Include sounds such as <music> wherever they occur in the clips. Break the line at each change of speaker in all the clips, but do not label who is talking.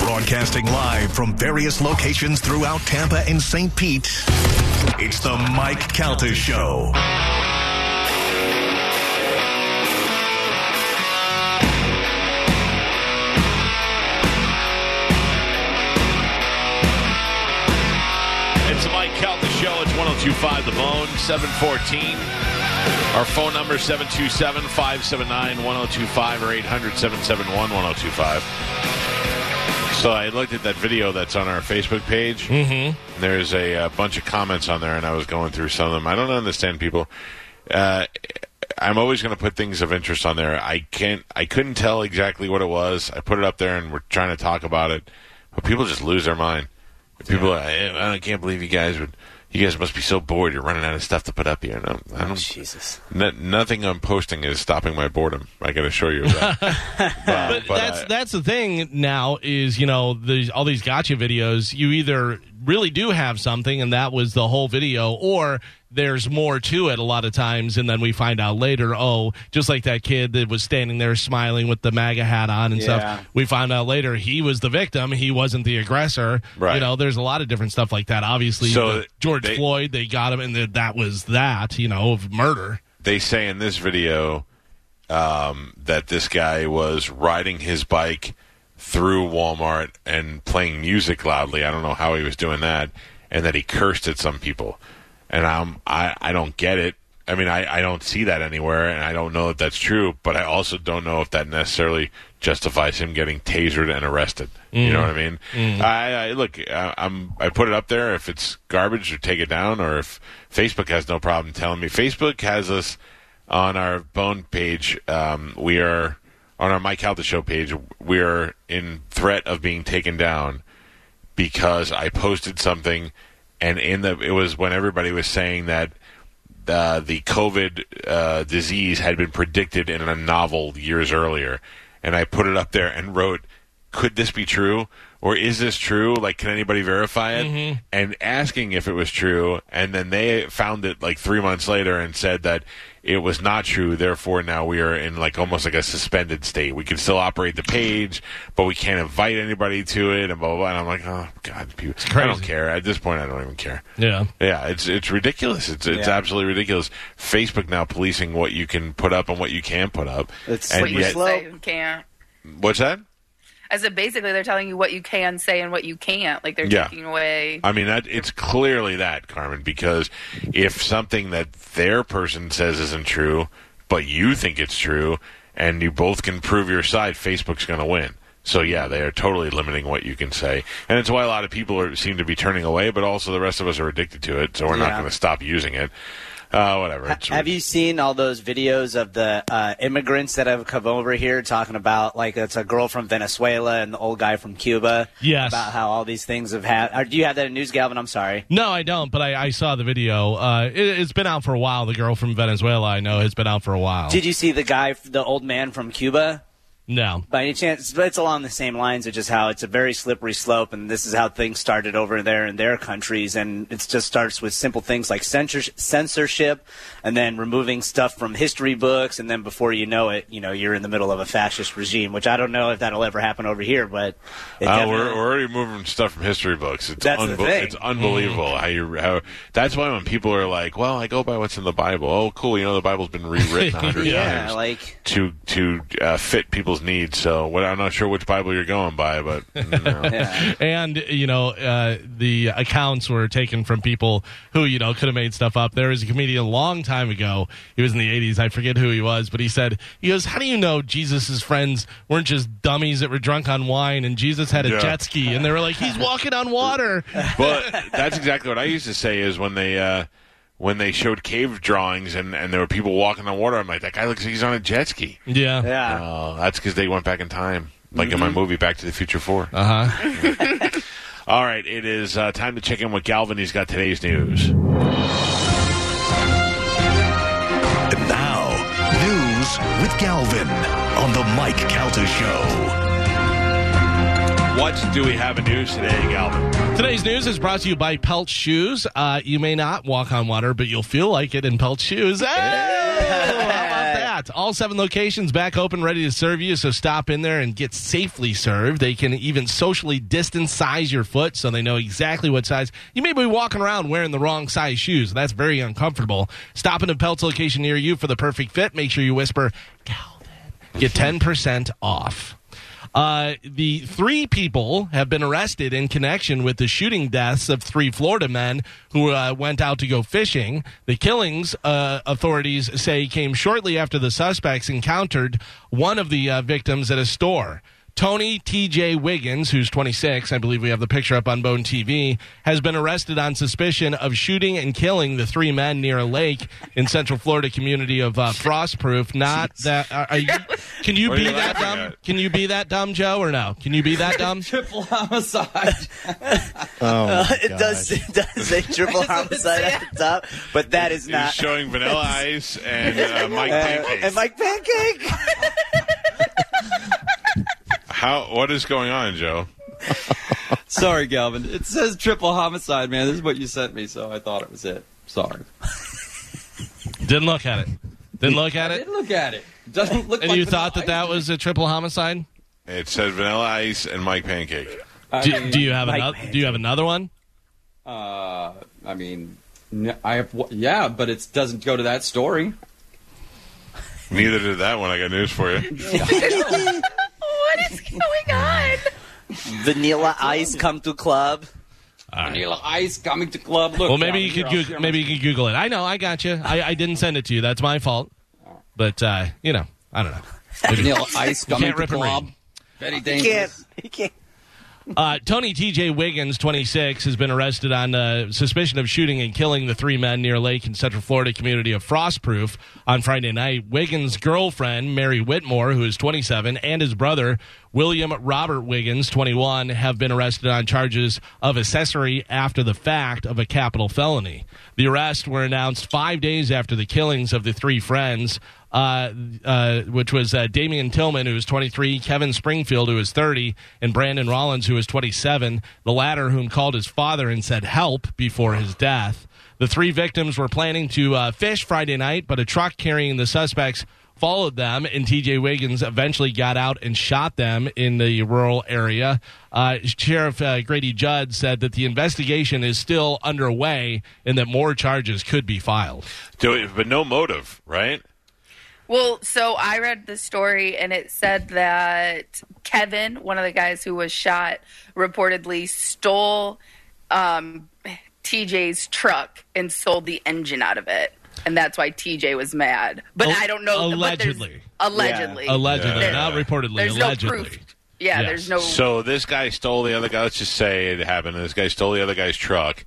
Broadcasting live from various locations throughout Tampa and St. Pete, it's the Mike Calta Show.
It's the Mike Calta Show. It's 1025 The Bone, 714. Our phone number is 727 579 1025 or 800 771 1025. So I looked at that video that's on our Facebook page. Mm-hmm. There's a, uh bunch of comments on there, and I was going through some of them. I don't understand people. Uh, I'm always going to put things of interest on there. I can't. I couldn't tell exactly what it was. I put it up there, and we're trying to talk about it, but people just lose their mind. People, are, I, I can't believe you guys would. You guys must be so bored. You're running out of stuff to put up here. And I'm- I don't,
Jesus.
no- nothing I'm posting is stopping my boredom. I can assure you of
<laughs>
that.
but, that's that's the thing now is you know these all these gotcha videos you either really do have something and that was the whole video or there's more to it a lot of times and then we find out later oh just like that kid that was standing there smiling with the maga hat on and
Yeah.
stuff we found out later he was the victim he wasn't the aggressor
Right.
you know there's a lot of different stuff like that obviously
So
the george
they-
floyd they got him and that- that was that you know of murder
they say in this video um, that this guy was riding his bike through Walmart and playing music loudly. I don't know how he was doing that, and that he cursed at some people. And I'm I, I don't get it. I mean, I, I don't see that anywhere, and I don't know if that's true. But I also don't know if that necessarily justifies him getting tasered and arrested. You know what I mean? I, I look, I, I'm I put it up there. If it's garbage, or take it down, or if Facebook has no problem telling me. Facebook has us on our bone page, um, we are on our Mike Halda show page. We are in threat of being taken down because I posted something, and in the it was when everybody was saying that uh, the COVID uh, disease had been predicted in a novel years earlier, and I put it up there and wrote, "Could this be true?" Or is this true? Like, can anybody verify it? And asking if it was true, and then they found it like three months later and said that it was not true. Therefore, now we are in like almost like a suspended state. We can still operate the page, but we can't invite anybody to it, and blah blah. blah. And I'm like, oh god, people, I don't
crazy.
care at this point. I don't even care.
yeah
Yeah, it's it's ridiculous. It's it's
Yeah.
absolutely ridiculous. Facebook now policing what you can put up and what you can put up.
It's
and
slippery
yet,
slope.
say you can't.
what's that?
I said basically they're telling you what you can say and what you can't. Like they're
Yeah.
taking away.
I mean, that it's clearly that Carmen because if something that their person says isn't true, but you think it's true, and you both can prove your side, Facebook's going to win. So yeah, they are totally limiting what you can say, and it's why a lot of people are, seem to be turning away. But also, the rest of us are addicted to it, so we're not
Yeah.
going to stop using it. Uh, whatever.
Ha-
It's-
Have you seen all those videos of the uh, immigrants that have come over here talking about like it's a girl from Venezuela and the old guy from Cuba?
Yes.
About how all these things have happened. Do you have that in news, Galvin? I'm sorry.
No, I don't. But I, I saw the video. Uh, it, it's been out for a while. The girl from Venezuela, I know, has been out for a while.
Did you see the guy, the old man from Cuba?
no,
By any chance, it's along the same lines of just how it's a very slippery slope, and this is how things started over there in their countries, and it just starts with simple things like censors- censorship, and then removing stuff from history books, and then before you know it, you know you're in the middle of a fascist regime, which I don't know if that'll ever happen over here, but it
Oh,
definitely-
we're, we're already moving stuff from history books. It's
That's the
unbe-
thing.
It's unbelievable how you. How, that's why when people are like, "Well, I go by what's in the Bible." Oh, cool. You know, the Bible's been
<laughs>
rewritten a hundred
yeah,
times
like
to to uh, fit people's needs. So, what, I'm not sure which Bible you're going by, but no.
yeah.
and you know, uh, the accounts were taken from people who you know could have made stuff up. There was a comedian a long time ago. He was in the '80s. I forget who he was, but he said, "He goes, how do you know Jesus' friends weren't just dummies that were drunk on wine and Jesus had a
Yeah.
jet ski and they were like, he's walking on water."
but that's exactly what I used to say is when they uh, when they showed cave drawings and and there were people walking on water. I'm like, that guy looks like he's on a jet ski.
Yeah.
yeah.
Oh, that's because they went back in time, like in
Mm-hmm.
my movie Back to the Future Four.
Uh huh.
All right, it is uh, time to check in with Galvin. He's got today's news.
And now, news with Galvin on the Mike Calta Show.
What do we have in news today, Galvin?
Today's news is brought to you by Pelt Shoes. Uh, you may not walk on water, but you'll feel like it in Pelt Shoes. Hey! How about that? got all seven locations back open, ready to serve you. So stop in there and get safely served. They can even socially distance size your foot so they know exactly what size. You may be walking around wearing the wrong size shoes. That's very uncomfortable. Stop in a Pelt's location near you for the perfect fit. Make sure you whisper, Calvin. Get 10% off. Uh, the three people have been arrested in connection with the shooting deaths of three Florida men who uh, went out to go fishing. The killings, uh, authorities say, came shortly after the suspects encountered one of the uh, victims at a store. Tony T.J. Wiggins, who's 26, I believe we have the picture up on Bone TV, has been arrested on suspicion of shooting and killing the three men near a lake in Central Florida community of
<laughs>
uh, Frostproof. Not that. Are, are you, can you
What are
be
you
that
laughing
dumb?
at?
Can you be that dumb, Joe, or no? Can you be that dumb?
<laughs> Triple homicide.
Oh, my
<laughs> it does
gosh.
it does say triple homicide at the top, but that is
He's
not.
showing <laughs> Vanilla Ice and uh, Mike
Uh,
Pancake.
and Mike Pancake.
How? What is going on, Joe?
Sorry, Galvin. It says triple homicide, man. This is what you sent me, so I thought it was it. Sorry.
Didn't look at it. Didn't look at
I
it.
didn't look at it. Doesn't look.
And
like
you
vanilla
thought that that
ice.
was a triple homicide?
It said Vanilla Ice and Mike Pancake.
I
Do,
mean,
do you have
Mike
another?
Pancake.
Do you have another one?
Uh, I mean, n- I have. w- Yeah, but it doesn't go to that story.
Neither did that one. I got news for <laughs> you.
What is going on?
Vanilla Ice come to club.
Vanilla Ice coming to club. Look.
Well, maybe you could
Galvin, here, I'll
Goog
share my-
maybe you could Google it. I know, I got you. I, I didn't send it to you. That's my fault. But uh, you know, I don't know. Maybe-
Vanilla Ice coming
can't
to
rip and
club.
read.
Very
He
dangerous.
can't. He can't.
Uh, Tony T.J. Wiggins, 26, has been arrested on uh, suspicion of shooting and killing the three men near a lake in Central Florida community of Frostproof on Friday night. Wiggins' girlfriend, Mary Whitmore, who is 27, and his brother, William Robert Wiggins, 21, have been arrested on charges of accessory after the fact of a capital felony. The arrests were announced five days after the killings of the three friends uh, uh, which was uh, Damian Tillman, who was 23, Kevin Springfield, who was 30, and Brandon Rollins, who was 27, the latter whom called his father and said help before his death. The three victims were planning to uh, fish Friday night, but a truck carrying the suspects followed them, and TJ Wiggins eventually got out and shot them in the rural area. Uh, Sheriff uh, Grady Judd said that the investigation is still underway and that more charges could be filed.
Do it, but no motive, right?
Well, so I read the story and it said that Kevin, one of the guys who was shot, reportedly stole um, TJ's truck and sold the engine out of it. And that's why TJ was mad. But
Al-
I don't know. but there's-
allegedly.
Allegedly.
Allegedly,
Yeah.
not reportedly.
There's
allegedly.
no proof. Yeah,
Yes.
there's no.
So this guy stole the other guy. Let's just say it happened. This guy stole the other guy's truck,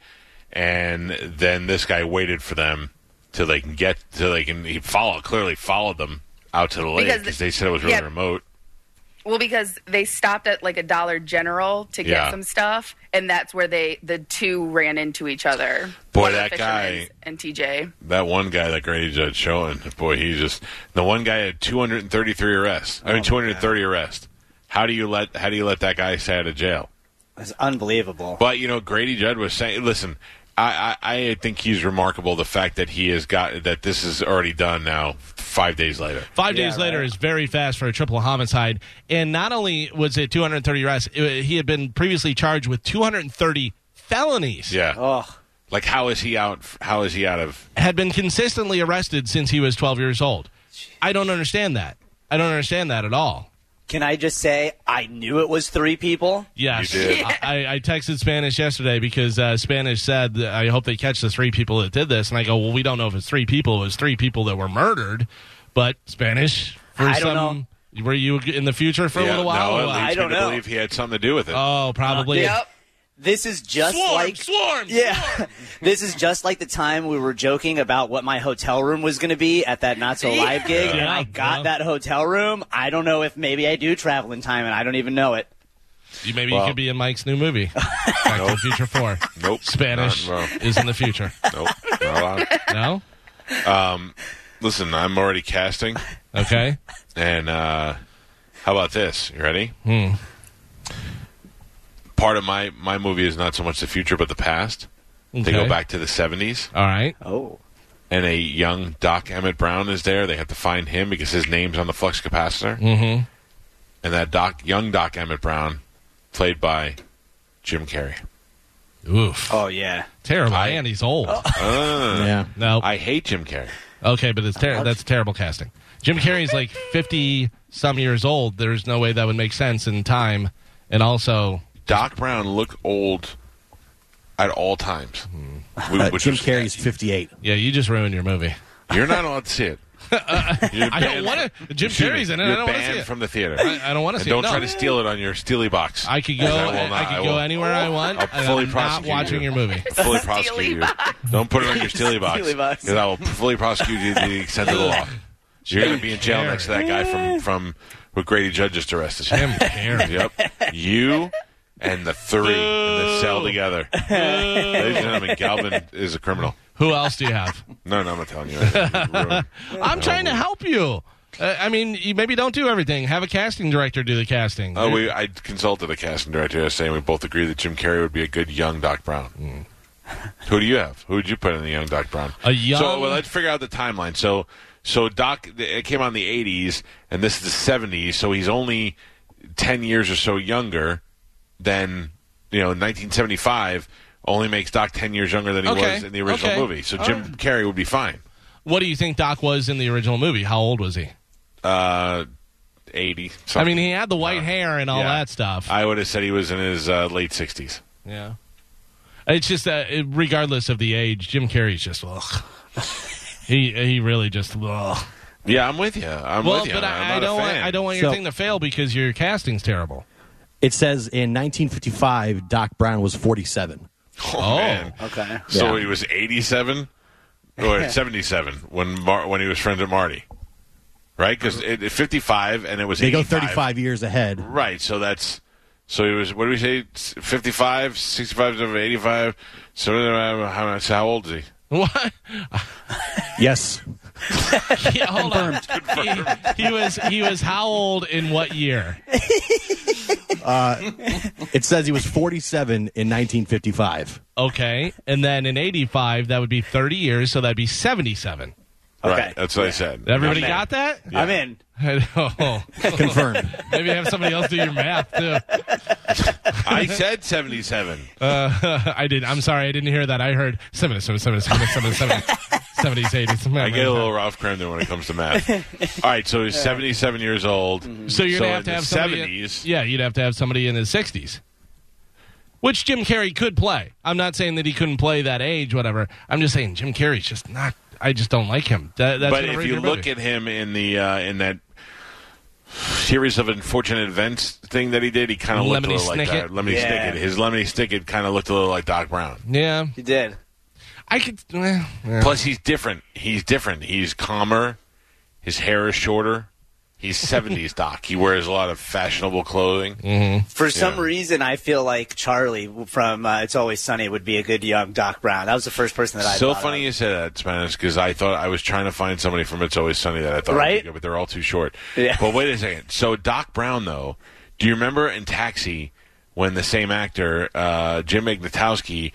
and then this guy waited for them till they can get till they can. He follow clearly followed them out to the lake
Because-
because they said it was really
yeah.
remote.
Well, because they stopped at like a Dollar General to get
Yeah.
some stuff, and that's where they the two ran into each other.
Boy,
One of the
that
fishermen's
guy-
and TJ.
That one guy that Grady Judd showing, boy, he just the one guy had 233 arrests.
Oh,
I mean, 230 arrests. How do you let how do you let that guy stay out of jail?
It's unbelievable.
But you know, Grady Judd was saying, "Listen, I, I, I think he's remarkable. The fact that he has got that this is already done now, five days later.
Five days later is very fast for a triple homicide. And not only was it 230 arrests, it- he had been previously charged with 230 felonies.
Yeah,
Oh,
like how is he out? How is he out of?
Had been consistently arrested since he was 12 years old. I don't understand that. I don't understand that at all.
can I just say I knew it was three people?
Yes.
You did.
<laughs> I, I texted Spanish yesterday because uh, Spanish said, I hope they catch the three people that did this. And I go, well, we don't know if it's three people. It was three people that were murdered. But Spanish, for
I
some.
don't
Were you in the future for a
Yeah,
little while?
No, it
Uh,
leads
I don't
me to
know.
believe he had something to do with it.
Oh, probably.
Yep.
This is just like
swarm.
Yeah. <laughs> this is just like the time we were joking about what my hotel room was going to be at that Not So Live gig. And
Yeah,
I got
yeah.
that hotel room. I don't know if maybe I do travel in time and I don't even know it.
You, maybe
Well-
you could be in Mike's
<laughs>
new movie, Back to the Future Four.
nope,
Spanish
Not, well,
is in the future.
nope, not
<laughs>
allowed.
No,
Listen, I'm already casting,
okay.
and uh, how about this? You ready?
Hmm.
Part of my my movie is not so much the future, but the past. They go
Okay.
back to the 70s.
All right.
Oh.
and a young Doc Emmett Brown is there. They have to find him because his name's on the flux capacitor.
Mm-hmm.
And that Doc, young Doc Emmett Brown, played by Jim Carrey.
Oof.
Oh yeah.
Terrible.
Uh, I-
and he's old.
Uh,
Yeah.
No.
I hate Jim Carrey.
okay, but it's ter- that's terrible casting. Jim Carrey's like 50 some years old. There's no way that would make sense in time. And also,
Doc Brown looked old at all times.
Hmm.
We-
Uh,
which
Jim
was-
Carrey's 58.
yeah, you just ruined your movie.
You're not allowed to see
<laughs>
it.
Uh, I don't want to. Jim Carrey's in it. I don't want to see it.
from the theater.
I, I don't want to
and
see
don't
it. No.
try to steal it on your Steely box.
I could go.
I
I,
will not.
could
I
go
will.
anywhere I want.
I'll
and
fully
I'm not
prosecute you.
watching your movie.
fully
Steely
prosecute you.
box.
Don't put it on your Steely box.
Steely box.
Because I will fully prosecute you to the extent of the law. You're going to be in jail next to that guy from from what Grady Judge just arrested. you.
Jim Carrey.
<laughs> Yep. You and the three in the cell together. Ladies and gentlemen, Galvin is a criminal.
Who else do
<laughs>
you have?
No, no, I'm not telling
<laughs>
you. Ruin-
I'm trying to help you. Uh, I mean, you maybe don't do everything. Have a casting director do the casting.
Oh, we, I consulted a casting director yesterday, and we both agreed that Jim Carrey would be a good young Doc Brown.
Mm.
Who do you have? Who would you put in the young Doc Brown?
A young-
So well, let's figure out the timeline. So, so Doc, it came out in the '80s, and this is the '70s. So he's only ten years or so younger than you know. 1975 only makes Doc ten years younger than he
Okay.
was in the original
Okay.
movie. So Jim Carrey would be fine.
What do you think Doc was in the original movie? How old was he?
Uh, 80.
I
something.
mean, he had the white hair and all
Uh, yeah.
that stuff.
I would have said he was in his uh, late 60s.
yeah. It's just that, it, regardless of the age, Jim Carrey's just ugh. <laughs> he he really just ugh.
Yeah, I'm with you. I'm
Well,
with you.
but
I'm
I,
not
I
a
don't want
fan.
I don't want your
So-
thing to fail because your casting's terrible. <laughs>
It says in 1955, Doc Brown was 47.
<laughs> Oh, man.
Okay.
so
Yeah.
he was 87
<laughs>
or 77 when Mar- when he was friends with Marty, right? Because
Uh-huh.
it, it- 55 and it was
They go
85.
35 years ahead.
Right. So that's so he was. What do we say? S- 55, 65, 85. So uh, how, so how old is he?
What?
Yes.
Yeah, hold on. <laughs> He, he was he was how old in what year?
It says he was 47 in 1955.
Okay, and then in '85 that would be 30 years, so that'd be 77.
Okay.
Right. That's what I said.
Everybody
Okay.
got that?
I'm in.
I know.
<laughs>
Confirmed.
Maybe have somebody else do your math too.
I said 77.
<laughs> Uh, I did. I'm sorry, I didn't hear that. I heard 70, 70, 70, 70, 70, 70, 80s.
I get a
<laughs>
little Ralph Kramden when it comes to math. All right, so he's 77 years old.
So you're
so
gonna have
in
to
the
have somebody in-
70s.
yeah, you'd have to have somebody in his 60s, which Jim Carrey could play. I'm not saying that he couldn't play that age, whatever. I'm just saying Jim Carrey's just not. I just don't like him. That, that's
but
an
if you
original
look
movie.
at him in the uh, in that series of unfortunate events thing that he did, he kind of looked a
Lemony
little like
Snicket?
that. Lemony
Yeah.
Snicket. His Lemony Snicket kind of looked a little like Doc Brown.
yeah,
You did.
I could. eh, yeah.
Plus, he's different. He's different. He's calmer. His hair is shorter. He's 70s <laughs> Doc. He wears a lot of fashionable clothing.
For some reason, I feel like Charlie from uh, It's Always Sunny would be a good young Doc Brown. That was the first person that I
So
thought
funny
Of.
you say that, Spanish, because I thought I was trying to find somebody from It's Always Sunny that I thought
Right?
would be good, but they're all too short.
Yeah.
But wait a second. So Doc Brown, though, do you remember in Taxi when the same actor, uh, Jim Ignatowski,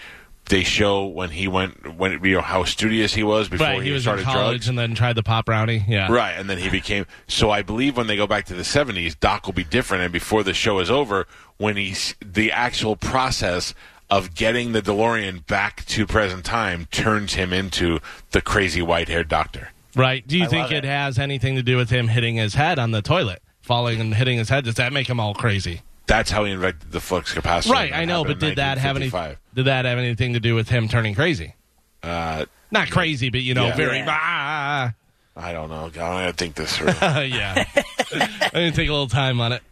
they show when he went when you know how studious he was before
right. He, was in
started
college
drugs.
and then tried the pop brownie. Yeah,
Right, and then he became. So I believe when they go back to the seventies, Doc will be different. And before the show is over, when he's the actual process of getting the DeLorean back to present time turns him into the crazy white-haired doctor.
Right. Do you
I
think
love
it
it.
has anything to do with him hitting his head on the toilet, falling and hitting his head? Does that make him all crazy?
That's how he invented the flux capacitor.
right. I know, but did that have any? Did that have anything to do with him turning crazy?
Uh,
Not crazy, but you know,
Yeah.
very.
Yeah.
Ah, <laughs>
I don't know. I gotta think this through. I
ah, ah. yeah. I'm gonna take a little time on it.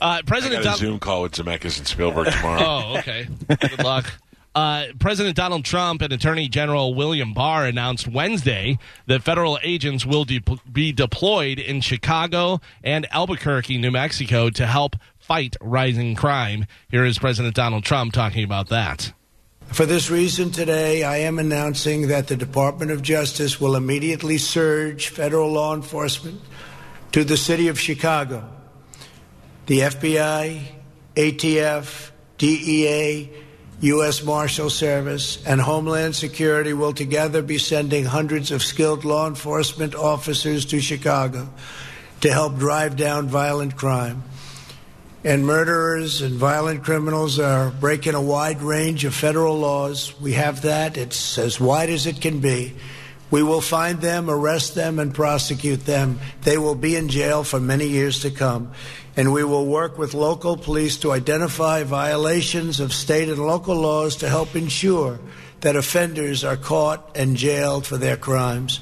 uh,
got
President
a
Donald.
Zoom call with Zemeckis and Spielberg tomorrow.
Oh, okay. Good luck. Uh, President Donald Trump and Attorney General William Barr announced Wednesday that federal agents will de- be deployed in Chicago and Albuquerque, New Mexico, to help fight rising crime. Here is President Donald Trump talking about that.
For this reason, today I am announcing that the Department of Justice will immediately surge federal law enforcement to the city of Chicago. E The FBI, ATF, DEA, U.S. Marshal Service, and Homeland Security will together be sending hundreds of skilled law enforcement officers to Chicago to help drive down violent crime. And murderers and violent criminals are breaking a wide range of federal laws. We have that, it's as wide as it can be. We will find them, arrest them, and prosecute them. They will be in jail for many years to come. And we will work with local police to identify violations of state and local laws to help ensure that offenders are caught and jailed for their crimes.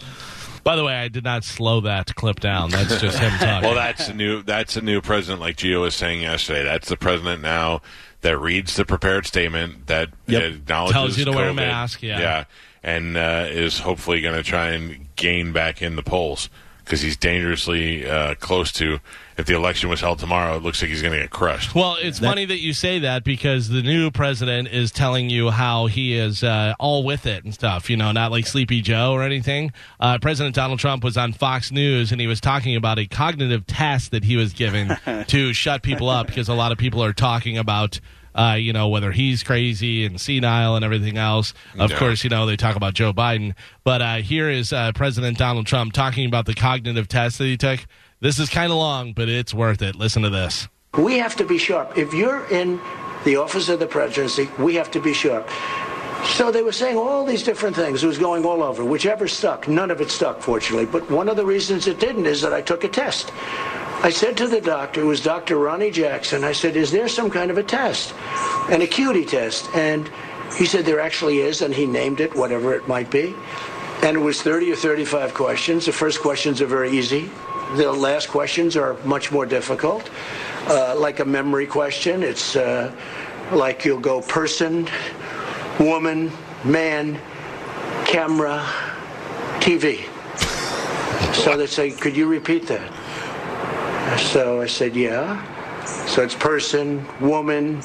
By the way, I did not slow that clip down. That's just him talking.
Well, that's a new that's a new president, like Gio was saying yesterday. That's the president now that reads the prepared statement that
Yep.
acknowledges
Tells you to wear a
COVID.
mask, yeah.
yeah, and uh, is hopefully going to try and gain back in the polls because he's dangerously uh, close to. If the election was held tomorrow, it looks like he's going to get crushed.
Well, it's funny that you say that because the new president is telling you how he is uh, all with it and stuff, you know, not like Sleepy Joe or anything. Uh, president Donald Trump was on Fox News and he was talking about a cognitive test that he was given to shut people up because a lot of people are talking about. Uh, you know whether he's crazy and senile and everything else. Of
Yeah.
course, you know they talk about Joe Biden, but uh, here is uh, President Donald Trump talking about the cognitive test that he took. This is kind of long, but it's worth it. Listen to this.
We have to be sharp. If you're in the office of the presidency, we have to be sharp. So they were saying all these different things. It was going all over. Whichever stuck, none of it stuck, fortunately. But one of the reasons it didn't is that I took a test. I said to the doctor, it was Dr. Ronnie Jackson, I said, is there some kind of a test? An acuity test. And he said, there actually is, and he named it whatever it might be. And it was 30 or 35 questions. The first questions are very easy. The last questions are much more difficult, uh, like a memory question. It's uh, like you'll go person, woman, man, camera, TV. So they say, could you repeat that? So I said, yeah. So it's person, woman,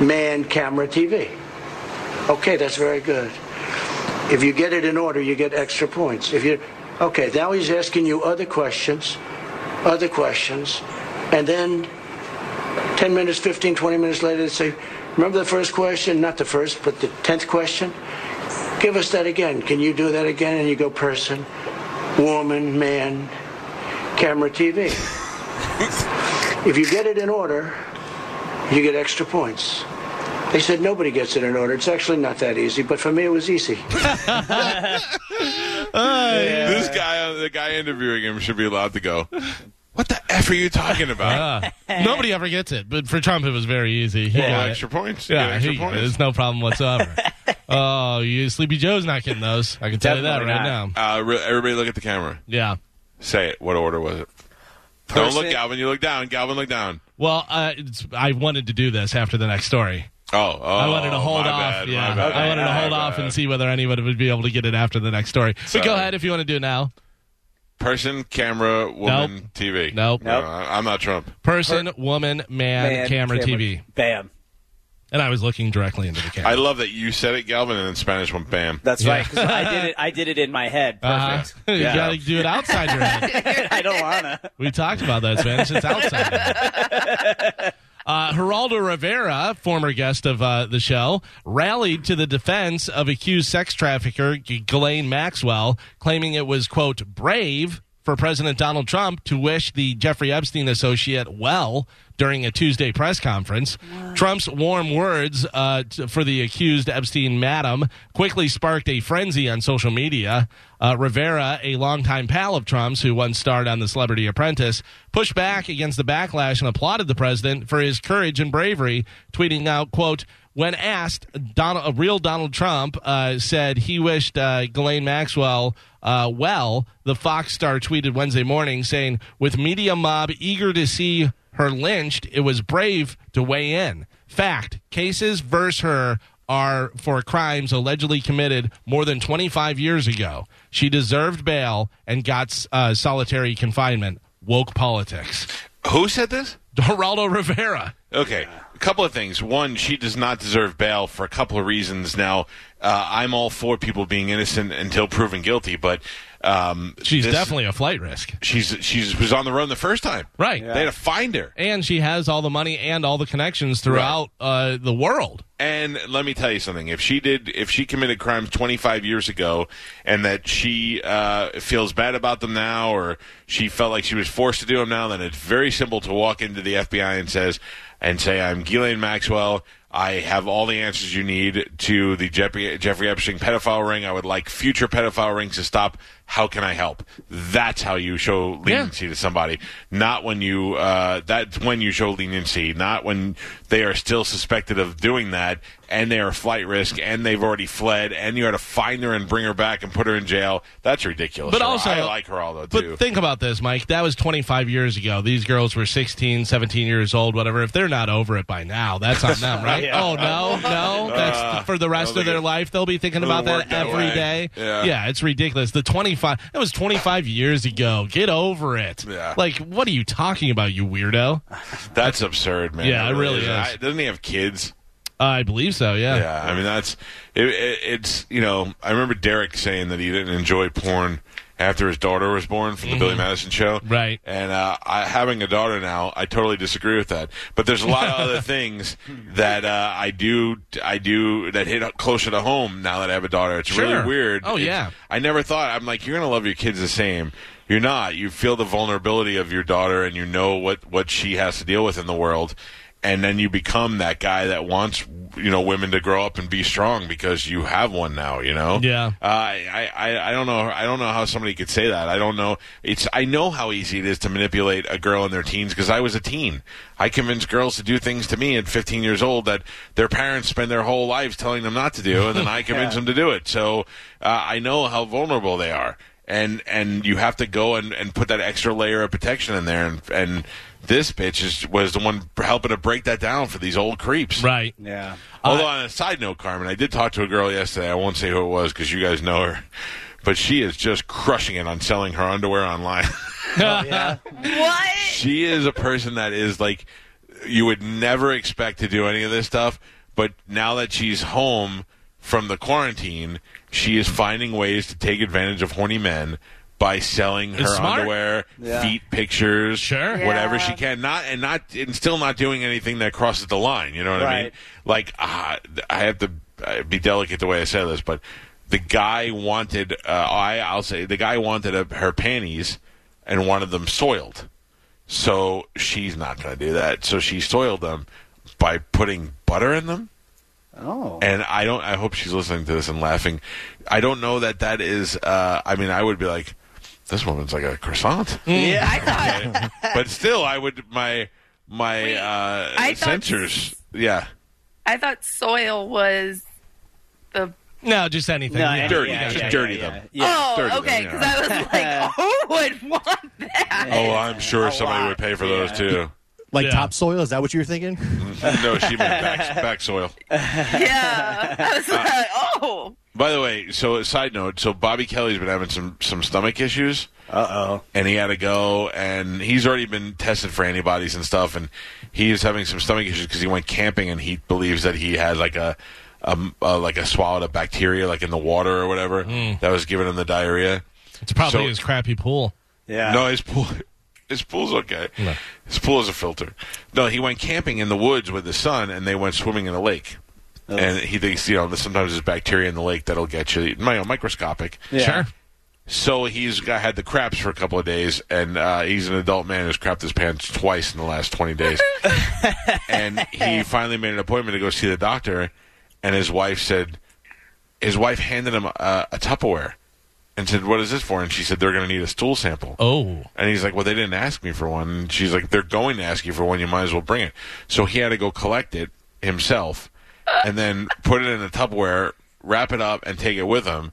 man, camera, TV. Okay, that's very good. If you get it in order, you get extra points. If you, okay, now he's asking you other questions, other questions, and then 10 minutes, 15, 20 minutes later, they say, remember the first question? Not the first, but the 10th question? Give us that again. Can you do that again? And you go person, woman, man, camera, TV. if you get it in order, you get extra points. They said nobody gets it in order. It's actually not that easy, but for me it was easy.
This guy, uh, the guy interviewing him, should be allowed to go. What the f are you talking about?
Uh, nobody ever gets it, but for Trump, it was very easy. He
Well,
got
extra
it.
points. You
<laughs> Yeah,
get extra
he-
points.
there's no
<laughs>
problem whatsoever. oh, you Sleepy Joe's not getting those. I can tell you that
Definitely
right
not.
now.
Uh, re- everybody, look at the camera.
Yeah.
Say it. What order was it? Don't look,
Person-
Galvin. You look down. Galvin, look down.
Well, uh, it's, I wanted to do this after the next story.
Oh, oh
I wanted to hold
my
off.
bad, my
yeah,
bad,
I wanted to
my
hold
bad.
off and see whether anybody would be able to get it after the next story. But
Sorry.
go ahead if you want to do it now.
Person, camera, woman, TV.
Nope.
No, I- I'm not Trump.
Person, woman, man,
Man,
camera, TV.
Bam.
And I was looking directly into the camera.
I love that you said it, Galvin, and then Spanish went bam.
That's
Yeah.
right. 'cause I did it. I did it in my head.
Uh-huh.
Perfect.
<laughs> you
Yeah.
got to do it outside your head.
<laughs>
<laughs> I don't wanna.
We talked about that, Spanish. It's outside. Uh, Geraldo Rivera, former guest of uh, the show, rallied to the defense of accused sex trafficker Ghislaine Maxwell, claiming it was, quote, brave for President Donald Trump to wish the Jeffrey Epstein associate well during a Tuesday press conference. Trump's warm words uh, t- for the accused Epstein madam quickly sparked a frenzy on social media. Uh, Rivera, a longtime pal of Trump's who once starred on The Celebrity Apprentice, pushed back against the backlash and applauded the president for his courage and bravery, tweeting out, quote, when asked, Donald, a real Donald Trump uh, said he wished uh, Ghislaine Maxwell uh, well. The Fox star tweeted Wednesday morning saying, with media mob eager to see her lynched, it was brave to weigh in. Fact cases versus her are for crimes allegedly committed more than 25 years ago. She deserved bail and got uh, solitary confinement. Woke politics.
Who said this?
Geraldo Rivera.
Okay, a couple of things. One, she does not deserve bail for a couple of reasons. Now, uh, I'm all for people being innocent until proven guilty, but uh, Um,
She's
this-
definitely a flight risk.
she's she's was on the run the first time.
Right.
They had to find her.
And she has all the money and all the connections throughout uh, the world.
And let me tell you something. If she did, if she committed crimes 25 years ago, and that she uh, feels bad about them now, or she felt like she was forced to do them now, then it's very simple to walk into the FBI and says, and say, "I'm Ghislaine Maxwell. I have all the answers you need to the Jeffrey, Jeffrey Epstein pedophile ring. I would like future pedophile rings to stop. How can I help?" That's how you show leniency to somebody. Not when you. Uh, that's when you show leniency. Not when they are still suspected of doing that and they are a flight risk and they've already fled and you had to find her and bring her back and put her in jail. That's ridiculous.
But
Her-
also,
I like her although
But
too.
think about this, Mike. That was 25 years ago. These girls were 16, 17 years old, whatever. If they're not over it by now, that's
<laughs>
on them, right?
Yeah.
Oh, no, no. That's
Uh,
for the rest
don't
of their
think it-
life. They'll be thinking about
It'll work
that
that
every
way.
day.
Yeah.
it's ridiculous. The 25, that was 25 years ago. Get over it.
Yeah.
Like, what are you talking about, you weirdo?
that's absurd, man.
Yeah,
That
it really is.
I- doesn't he have kids?
I believe so, yeah.
Yeah, I mean that's it, it, it's you know I remember Derek saying that he didn't enjoy porn after his daughter was born from the Billy Madison show,
Mm-hmm. Right.
And uh, I, having a daughter now, I totally disagree with that. But there's a lot of
<laughs>
other things that uh, I do I do that hit closer to home now that I have a daughter. It's
Sure.
really weird.
Oh,
It's-
yeah.
I never thought I'm like you're gonna love your kids the same. You're not. You feel the vulnerability of your daughter, and you know what what she has to deal with in the world, and then you become that guy that wants you know women to grow up and be strong because you have one now. You know.
Yeah.
Uh, I, I I don't know I don't know how somebody could say that. I don't know. It's I know how easy it is to manipulate a girl in their teens because I was a teen. I convinced girls to do things to me at 15 years old that their parents spend their whole lives telling them not to do, and then I convince them to do it. So uh, I know how vulnerable they are, and and you have to go and, and put that extra layer of protection in there. And and this bitch is, was the one helping to break that down for these old creeps.
Right.
Yeah.
Although on a side note, Carmen, I did talk to a girl yesterday. I won't say who it was because you guys know her, but she is just crushing it on selling her underwear online. <laughs>
What?
she is a person that is like you would never expect to do any of this stuff, but now that she's home from the quarantine, she is finding ways to take advantage of horny men by selling her
It's smart.
underwear,
Yeah.
feet pictures,
Sure.
whatever
Yeah.
she can, not and not and still not doing anything that crosses the line. You know what I mean?
Right.
like uh, I have to uh, be delicate the way I say this, but the guy wanted uh, I I'll say the guy wanted uh her panties and wanted them soiled, so she's not going to do that. So she soiled them by putting butter in them
Oh.
and I don't. I hope she's listening to this and laughing. I don't know that that is. Uh, I mean, I would be like, this woman's like a croissant.
Mm.
Yeah,
<laughs>
I thought
but still, I would my my uh,
I thought-
censors. Yeah,
I thought soil was the.
No, just anything.
No,
Yeah.
any-
dirty,
yeah,
just
yeah,
dirty
yeah,
them.
yeah, yeah.
oh,
Dirty them,
okay.
yeah.
Because I was like, who would want that?
<laughs> Oh, I'm sure
A
somebody
lot.
would pay for those
Yeah. <laughs>
too.
Like
Yeah.
topsoil? Is that what you were thinking?
no, she meant back, back soil.
Yeah. I
Uh,
was like, oh.
By the way, so a side note, so Bobby Kelly's been having some some stomach issues.
Uh oh.
and he had to go and he's already been tested for antibodies and stuff and he is having some stomach issues because he went camping and he believes that he had like a, a, a like a swallowed a bacteria like in the water or whatever that was giving him the diarrhea
It's probably
So-
his crappy pool.
Yeah.
no his pool <laughs> his pool's okay his pool is a filter no he went camping in the woods with his son and they went swimming in a lake and he thinks you know that sometimes there's bacteria in the lake that'll get you, you know, microscopic
Yeah.
Sure.
so he's got, had the craps for a couple of days, and uh, he's an adult man who's crapped his pants twice in the last 20 days. and he finally made an appointment to go see the doctor, and his wife said, his wife handed him a, a Tupperware and said, What is this for? And she said, They're going to need a stool sample. <laughs>
Oh.
And he's like, Well, they didn't ask me for one. And she's like, They're going to ask you for one. You might as well bring it. So he had to go collect it himself and then put it in a Tupperware, wrap it up, and take it with him.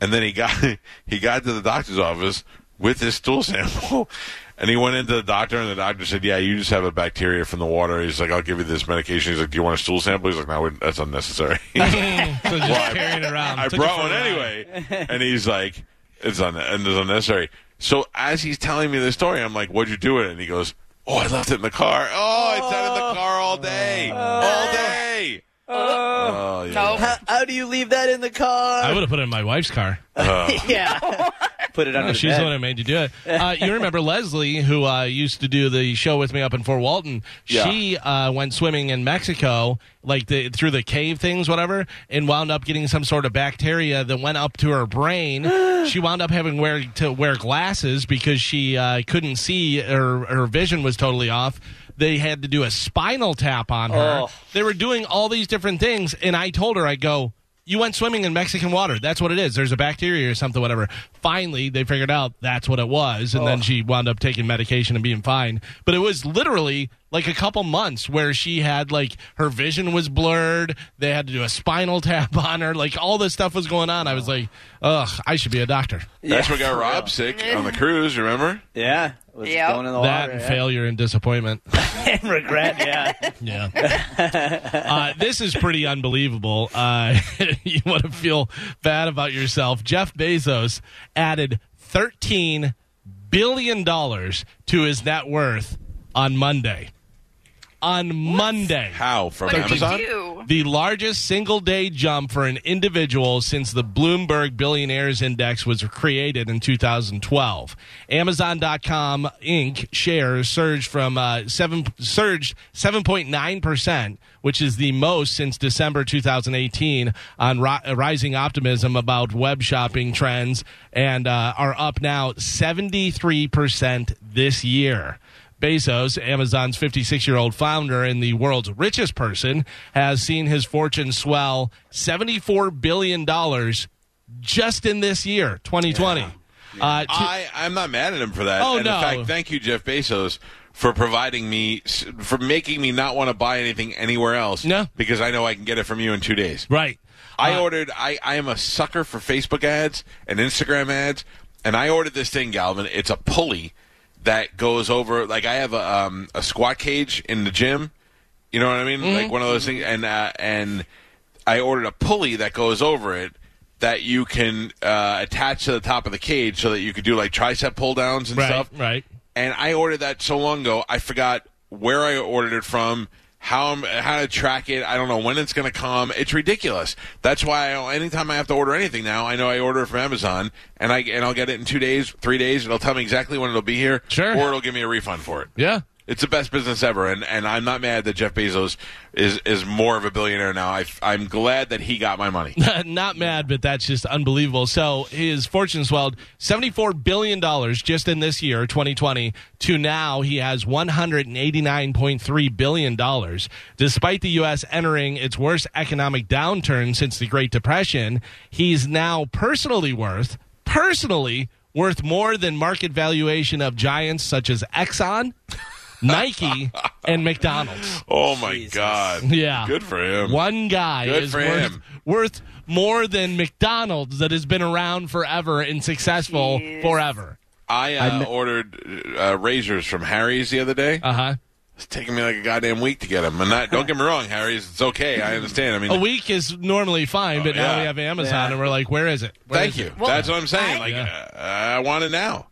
And then he got <laughs> he got to the doctor's office with his stool sample. <laughs> And he went into the doctor, and the doctor said, "Yeah, you just have a bacteria from the water." He's like, "I'll give you this medication." He's like, "Do you want a stool sample?" He's like, "No, we- that's unnecessary." <laughs>
So just carrying it around.
I
Took it
brought
for a
one
ride.
anyway.
<laughs>
and he's like, it's, un- and it's unnecessary. So as he's telling me the story, I'm like, what'd you do with it? And he goes, oh, I left it in the car. Oh, it's out in the car all day. all day. Oh, yeah.
No.
How do you leave that in the car?
I would have put it in my wife's car.
yeah. put it
No,
under. the
she's
bed.
the one who made you do it. Uh, you remember Leslie, who uh, used to do the show with me up in Fort Walton?
Yeah.
She uh, went swimming in Mexico, like the, through the cave things, whatever, and wound up getting some sort of bacteria that went up to her
<gasps>
brain. she wound up having wear, to wear glasses because she uh, couldn't see, her, her vision was totally off. They had to do a spinal tap on her.
Oh.
They were doing all these different things, and I told her, I go, you went swimming in Mexican water. That's what it is. There's a bacteria or something, whatever. Finally, they figured out that's what it was, and then she wound up taking medication and being fine. But it was literally like a couple months where she had like her vision was blurred. They had to do a spinal tap <laughs> on her. Like all this stuff was going on. I was like, ugh, I should be a doctor.
That's what got Rob sick on the cruise. Remember?
Yeah, was
Yep.
going in the
that
water,
and
yeah.
failure and disappointment.
and <laughs> regret. <laughs> Yeah,
Yeah. uh, this is pretty unbelievable. Uh, <laughs> you want to feel bad about yourself. Jeff Bezos added $13 billion to his net worth on Monday. On Monday.
How from
What did
Amazon?
you do?
The largest single day jump for an individual since the Bloomberg Billionaires Index was created in 2012. Amazon.com Inc. shares surged from uh, seven surged 7.9 percent, which is the most since December 2018, on ri- uh, rising optimism about web shopping trends, and uh, are up now 73 percent this year. Bezos, Amazon's 56 year old founder and the world's richest person, has seen his fortune swell $74 billion just in this year, 2020. Uh, to-
I, I'm not mad at him for that.
Oh,
and
no.
In fact, thank you, Jeff Bezos, for providing me, for making me not want to buy anything anywhere else.
No.
Because I know I can get it from you in two days.
right.
I ordered, I, I am a sucker for Facebook ads and Instagram ads, and I ordered this thing, Galvin. It's a pulley that goes over, like, I have a, um, a squat cage in the gym. You know what I mean? Like one of those things. And, uh, and I ordered a pulley that goes over it that you can uh, attach to the top of the cage so that you could do, like, tricep pull downs and
Right,
stuff.
right.
And I ordered that so long ago, I forgot where I ordered it from, how I'm, how to track it. I don't know when it's going to come. It's ridiculous. That's why I, anytime I have to order anything now, I know I order it from Amazon, and I and I'll get it in two days, three days. It'll tell me exactly when it'll be here,
Sure.
or it'll give me a refund for it.
Yeah.
It's the best business ever, and, and I'm not mad that Jeff Bezos is is more of a billionaire now. I, I'm glad that he got my
<laughs>
money.
Not mad, but that's just unbelievable. So his fortune swelled $74 billion just in this year, 2020, to now he has $189.3 billion. Despite the U.S. entering its worst economic downturn since the Great Depression, he's now personally worth, personally, worth more than market valuation of giants such as Exxon, <laughs> Nike,
<laughs>
and McDonald's.
Oh my God!
Yeah.
good for him.
One guy
Good
is
for
worth,
him.
worth more than McDonald's that has been around forever and successful
Jeez.
forever.
I, uh, ordered uh, razors from Harry's the other day.
Uh huh.
It's taking me like a goddamn week to get them. And I, don't get me wrong, Harry's, it's okay. I understand. I mean,
A week is normally fine, but now
Oh, yeah.
we have Amazon and we're like, where is it? Where
thank
is it?
you. That's what I'm saying.
I-
like,
Yeah.
uh, I want it now.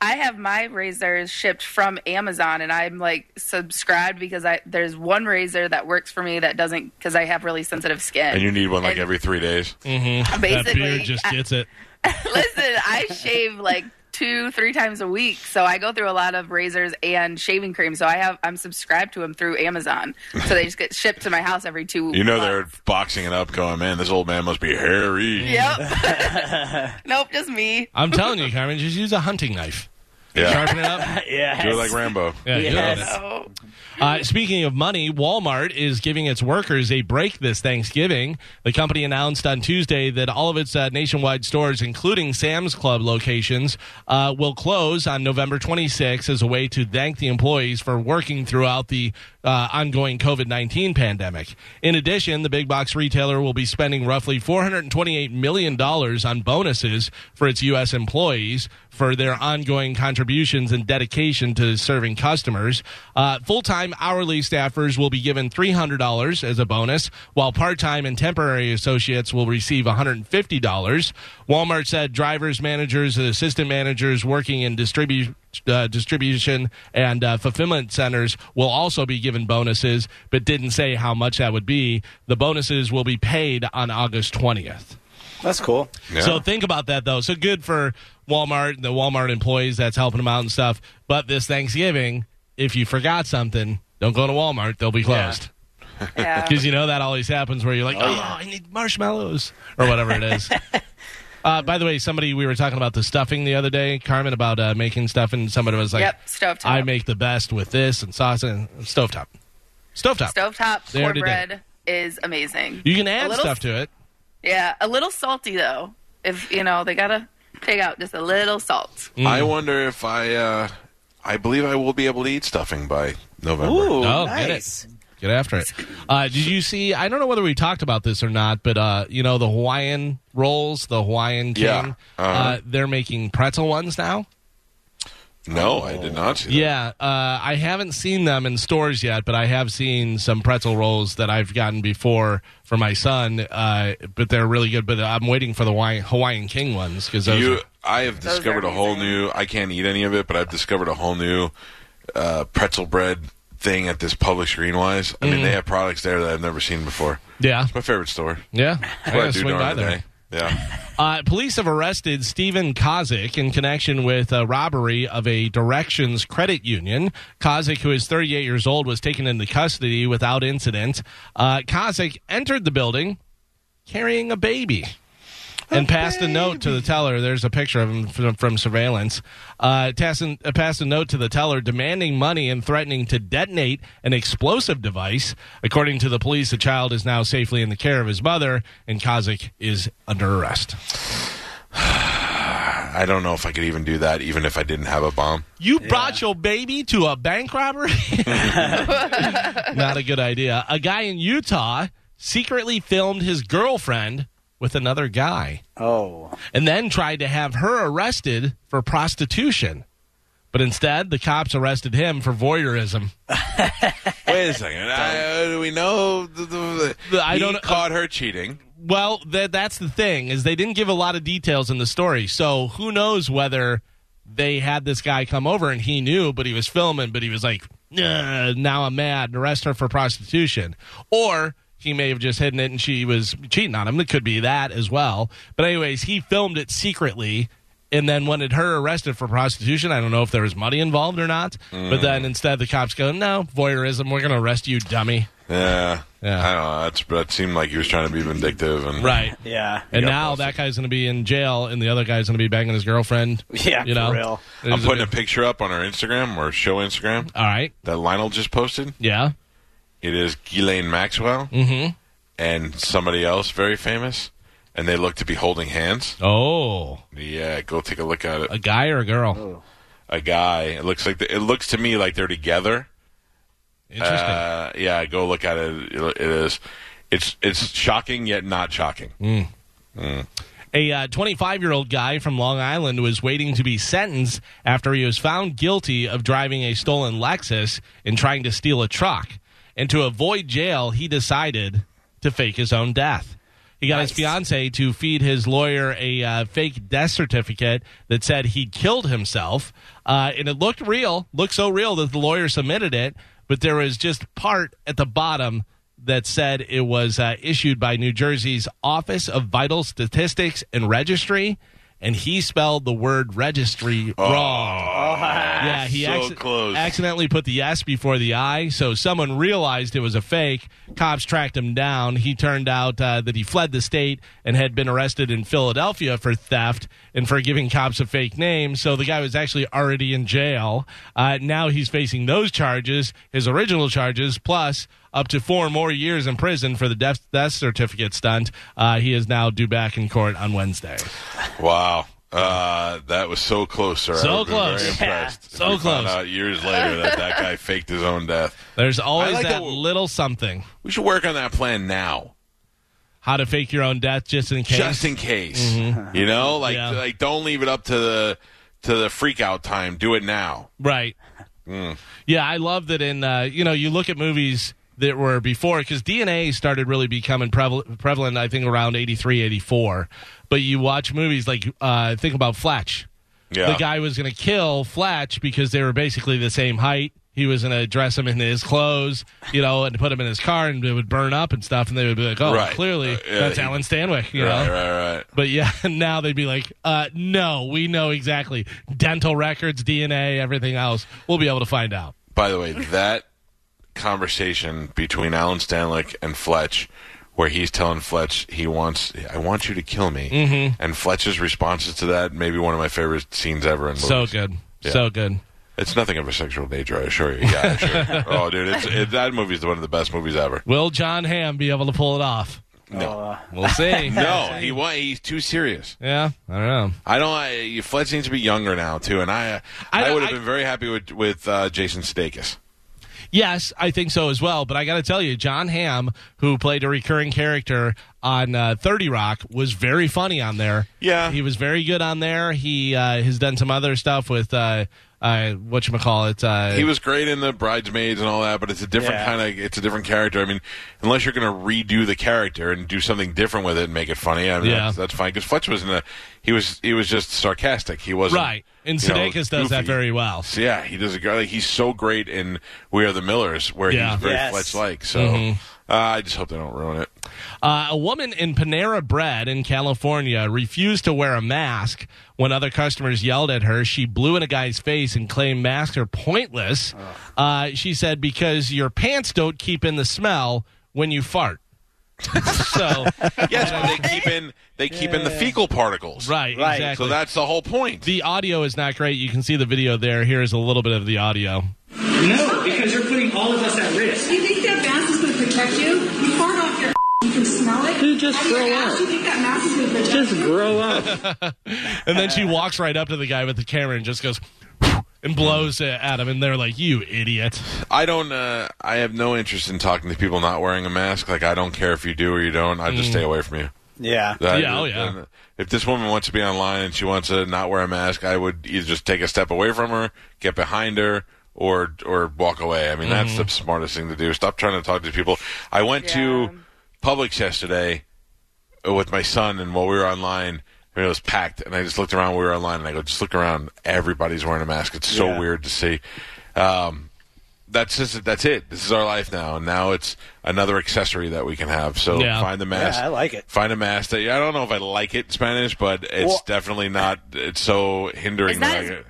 I have my razors shipped from Amazon, and I'm like subscribed because I there's one razor that works for me that doesn't because I have really sensitive skin.
And you need one like
And
every three days.
Mm. That
basically,
beard just gets it.
<laughs> Listen, I shave like two, three times a week, so I go through a lot of razors and shaving cream. So I have I'm subscribed to them through Amazon, so they just get shipped to my house every two.
You know,
months.
they're boxing it up, going, man, this old man must be hairy.
Yep. nope, just me.
I'm telling you, Carmen, just use a hunting knife.
Yeah.
Sharpen it up.
yeah.
Do it like Rambo.
Yeah, you know
Yes.
that.
So
Uh, speaking of money, Walmart is giving its workers a break this Thanksgiving. The company announced on Tuesday that all of its uh, nationwide stores, including Sam's Club locations, uh, will close on November 26 as a way to thank the employees for working throughout the uh, ongoing COVID 19 pandemic. In addition, the big box retailer will be spending roughly $428 million on bonuses for its U.S. employees for their ongoing contributions and dedication to serving customers. Uh, Full time hourly staffers will be given $300 as a bonus, while part time and temporary associates will receive $150. Walmart said drivers, managers, and assistant managers working in distribu- uh, distribution and uh, fulfillment centers will also be given bonuses, but didn't say how much that would be. The bonuses will be paid on August 20th.
That's cool.
Yeah.
So think about that though. So good for Walmart and the Walmart employees that's helping them out and stuff. But this Thanksgiving, if you forgot something, don't go to Walmart. They'll be closed
Yeah.
because you know that always happens where you're like, oh, I need marshmallows or whatever it is. Uh, by the way, somebody we were talking about the stuffing the other day, Carmen, about uh, making stuffing. Somebody was like,
Yep, stovetop.
I make the best with this and sauce and stovetop. Stovetop.
Stovetop
They already
cornbread is amazing.
you can add
little-
stuff to it.
Yeah, a little salty though. If you know, they gotta take out just a little salt.
I
Mm.
wonder if I. Uh, I believe I will be able to eat stuffing by November.
Ooh,
Oh, get
nice.
Get after
<laughs>
it. Uh, did you see? I don't know whether we talked about this or not, but uh, you know the Hawaiian rolls, the Hawaiian king.
Yeah.
uh
Uh-huh.
they're making pretzel ones now.
No, I did not. See that.
Yeah, uh, I haven't seen them in stores yet, but I have seen some pretzel rolls that I've gotten before for my son. Uh, but they're really good. But I'm waiting for the Hawaiian, Hawaiian king ones because those.
You,
are-
I have
Those are
discovered a whole
amazing.
new. I can't eat any of it, but I've discovered a whole new uh, pretzel bread thing at this Publix Greenwise. I mean, they
Mm.
have products there that I've never seen before. <laughs>
yeah,
It's my favorite store.
yeah.
What
I
do
gotta
eh?
swing
during
by
the
there.
day. Yeah.
Uh, police have arrested Stephen Kozik in connection with a robbery of a Directions credit union. Kozik, who is 38 years old, was taken into custody without incident. Uh, Kozik entered the building carrying a baby and passed a note to the teller. There's a picture of him from, from surveillance. Uh, tass- uh, passed a note to the teller demanding money and threatening to detonate an explosive device. According to the police, the child is now safely in the care of his mother, and Kazik is under arrest.
I don't know if I could even do that, even if I didn't have a bomb.
You brought your baby to a bank robbery? Not a good idea. A guy in Utah secretly filmed his girlfriend with another guy.
Oh,
and then tried to have her arrested for prostitution. But instead, the cops arrested him for voyeurism.
Wait a second. I, uh, do we know? The, the,
The- I
he
don't-
caught her cheating.
Well, that that's the thing is they didn't give a lot of details in the story, so who knows whether they had this guy come over and he knew, but he was filming, but he was like, "Nah, "Now I'm mad and arrest her for prostitution," or he may have just hidden it and she was cheating on him. It could be that as well. But anyways, he filmed it secretly. And then wanted her arrested for prostitution. I don't know if there was money involved or not. But then instead, the cops go, "No, voyeurism. We're going to arrest you, dummy."
Yeah.
Yeah.
I don't know. That's, that seemed like he was trying to be vindictive. And
Right.
yeah.
And
Yeah,
now
awesome.
that guy's going to be in jail, and the other guy's going to be banging his girlfriend.
Yeah,
you know.
for real.
There's
I'm putting
a
a
bit-
picture up on our Instagram or show Instagram
All right.
that Lionel just posted.
Yeah. mm-hmm.
It is Ghislaine Maxwell and somebody else very famous, and they look to be holding hands.
Oh,
Yeah, go take a look at it.
a guy or a
Oh.
girl?
A guy. It looks like the, it looks to me like they're together.
Interesting.
Uh, yeah, go look at it. It is. It's it's shocking yet not shocking.
a 25 year old guy from Long Island was waiting to be sentenced after he was found guilty of driving a stolen Lexus and trying to steal a truck. And to avoid jail, he decided to fake his own death. He got his fiance to feed his lawyer a uh, fake death certificate that said he killed himself. Uh, and it looked real, looked so real that the lawyer submitted it, but there was just part at the bottom that said it was uh, issued by New Jersey's Office of Vital Statistics and Registry, and he spelled the word registry wrong. yeah, he
Ah, so
acci-
close.
accidentally put the S before the I, so someone realized it was a fake. Cops tracked him down. He turned out uh, that he fled the state and had been arrested in Philadelphia for theft and for giving cops a fake name. So the guy was actually already in jail. Uh, now he's facing those charges, his original charges, plus up to four more years in prison for the death, death certificate stunt. Uh, he is now due back in court on Wednesday.
Wow. Uh, that was so close, sir. I
So
would've been
close.
Very
Yeah.
impressed. if
So
we found
close.
out years later that that guy faked his own death.
There's
I
always
like
that
that-
little something.
We should work on that plan now.
How to fake your own death just in case. Mm-hmm.
just in case. You know, like
Yeah.
like don't leave it up to the to the freak out time. Do it now.
Right.
Mm.
Yeah, I love that in, uh, you know, you look at movies that were before, because DNA started really becoming prevalent, prevalent, I think, around 83, 84. But you watch movies like, uh, think about Fletch.
Yeah.
The guy was going to kill Fletch because they were basically the same height. he was going to dress him in his clothes, you know, and put him in his car, and it would burn up and stuff, and they would be like, "Oh,
Right.
clearly
Uh, yeah,
that's
he-
Alan Stanwyck," you
right,
know.
right, right.
But yeah, <laughs> now they'd be like, uh, "No, we know exactly dental records, DNA, everything else. We'll be able to find out."
By the way, that conversation between Alan Stanlick and Fletch, where he's telling Fletch he wants, I want you to kill me,
Mm-hmm.
and Fletch's responses to that, maybe one of my favorite scenes ever in movies.
So good,
Yeah.
so good.
It's nothing of a sexual nature, I assure you. Yeah, I
<laughs>
assure you. oh, dude, it's, it, that movie's one of the best movies ever.
Will John Hamm be able to pull it off?
No,
uh,
We'll <laughs> see.
no, he wa- he's too serious.
Yeah, I don't know.
I don't. I, Fletch needs to be younger now too, and I,
I
I,
don't-
would have
I-
been very happy with with uh, Jason Sudeikis.
Yes, I think so as well. But I got to tell you, John Hamm, who played a recurring character on uh, Thirty Rock, was very funny on there.
Yeah.
he was very good on there. He uh, has done some other stuff with uh, uh, what you call it. Uh,
He was great in the Bridesmaids and all that, but it's a different
Yeah.
kind of it's a different character. I mean, unless you're going to redo the character and do something different with it and make it funny, I mean,
Yeah.
that's, that's fine. Because Fletch was in a he was he was just sarcastic. He wasn't
right, and
you know,
Sudeikis does that
goofy.
very well.
So, yeah, he does a great. Like, he's so great in We Are the Millers, where
Yeah. Mm-hmm.
he's very
Yes.
Fletch like. So uh, I just hope they don't ruin it.
Uh, a woman in Panera Bread in California refused to wear a mask. When other customers yelled at her, she blew in a guy's face and claimed masks are pointless. Uh, she said, because your pants don't keep in the smell when you fart. <laughs> so,
Yes, but they keep in they keep in the fecal particles.
right,
Right.
exactly.
So that's the whole point.
the audio is not great. You can see the video there. Here's a little bit of the audio.
No, because you're putting all of us at risk.
You think that mask is going to protect you? You fart off your <laughs> you can smell it.
You just
Out of your
grow
ass,
up.
You think that mask is going to protect
Just
you?
grow up.
And then she walks right up to the guy with the camera and just goes and blows it at him. And they're like, you idiot.
I don't. Uh, I have no interest in talking to people not wearing a mask. Like I don't care if you do or you don't. I
Mm.
just stay away from you.
Yeah.
That-
Yeah, oh, yeah.
uh, If this woman wants to be online and she wants to not wear a mask, I would either just take a step away from her, get behind her, or or walk away. I mean,
Mm-hmm.
that's the smartest thing to do. Stop trying to talk to people. I went
Yeah.
to Publix yesterday with my son, and while we were online, I mean, it was packed, and I just looked around. while We were online, and I go, just look around. Everybody's wearing a mask. It's so
Yeah.
weird to see. Um, that's just that's it. This is our life now, and now it's another accessory that we can have. So
Yeah.
find the mask.
Yeah, I like it.
Find a mask that I don't know if I like it in Spanish, but it's
Well-
definitely not. It's so hindering.
It's not
that I-
as-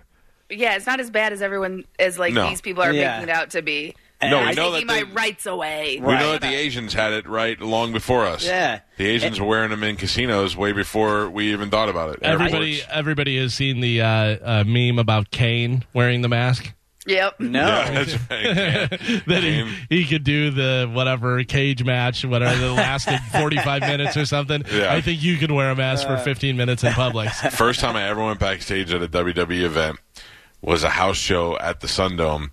yeah, it's not as bad as everyone as like
No.
these people are
Yeah.
making it out to be.
no,
And
we
I'm
I
know that
taking
they,
my rights away.
we know that
Right.
the Asians had it right long before us.
Yeah.
the Asians were wearing them in casinos way before we even thought about it.
Everybody,
Airports.
everybody has seen the uh, uh, meme about Kane wearing the mask. <laughs>
Yep.
No. <laughs>
Yeah, that's right.
That he,
Kane.
he could do the whatever cage match, whatever that
<laughs>
lasted 45 minutes or something.
Yeah.
I think you could wear a mask for 15 minutes in
<laughs>
Publix.
First time I ever went backstage at a WWE event was a house show at the Sundome,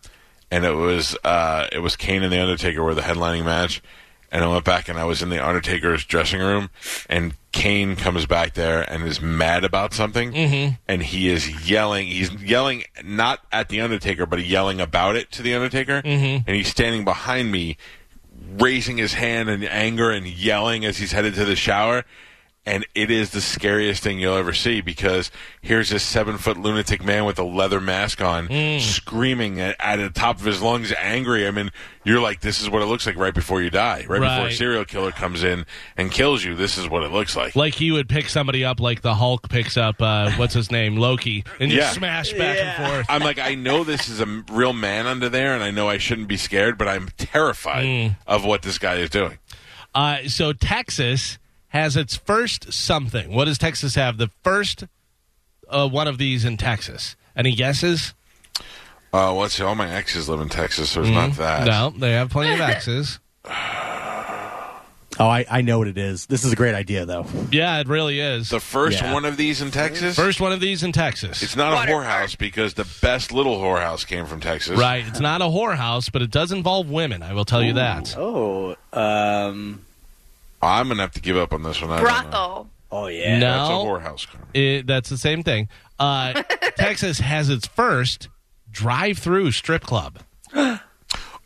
and it was uh, it was Kane and the Undertaker were the headlining match. And I went back and I was in the Undertaker's dressing room, and Kane comes back there and is mad about something, and he is yelling. He's yelling not at the Undertaker, but yelling about it to the Undertaker, and he's standing behind me, raising his hand in anger and yelling as he's headed to the shower. And it is the scariest thing you'll ever see because here's this seven foot lunatic man with a leather mask on
Hmm.
screaming at, at the top of his lungs, angry. I mean, you're like, this is what it looks like right before you die, right, before
Right.
a serial killer comes in and kills you. This is what it looks like.
like he would pick somebody up, like the Hulk picks up, uh, what's his name, Loki, and
Yeah.
just smash back and forth.
I'm like, I know this is a m- real man under there, and I know I shouldn't be scared, but I'm terrified
Hmm.
of what this guy is doing.
Uh, so Texas has its first something. What does Texas have? The first uh, one of these in Texas. Any guesses?
Uh, let's see, all my exes live in Texas, so it's not that.
Hmm. No, they have plenty of X's.
Oh, I, I know what it is. This is a great idea, though.
Yeah, it really is.
The first
Yeah.
one of these in Texas?
First one of these in Texas.
It's not
Water
a whorehouse because the best little whorehouse came from Texas.
right. It's not a whorehouse, but it does involve women. I will tell you that.
Oh, um,
I'm gonna have to give up on this one. I don't know.
Brothel.
oh yeah.
No.
That's a whorehouse. Carmen.
It- that's the same thing.
<laughs>
Uh, Texas has its first drive-through strip club.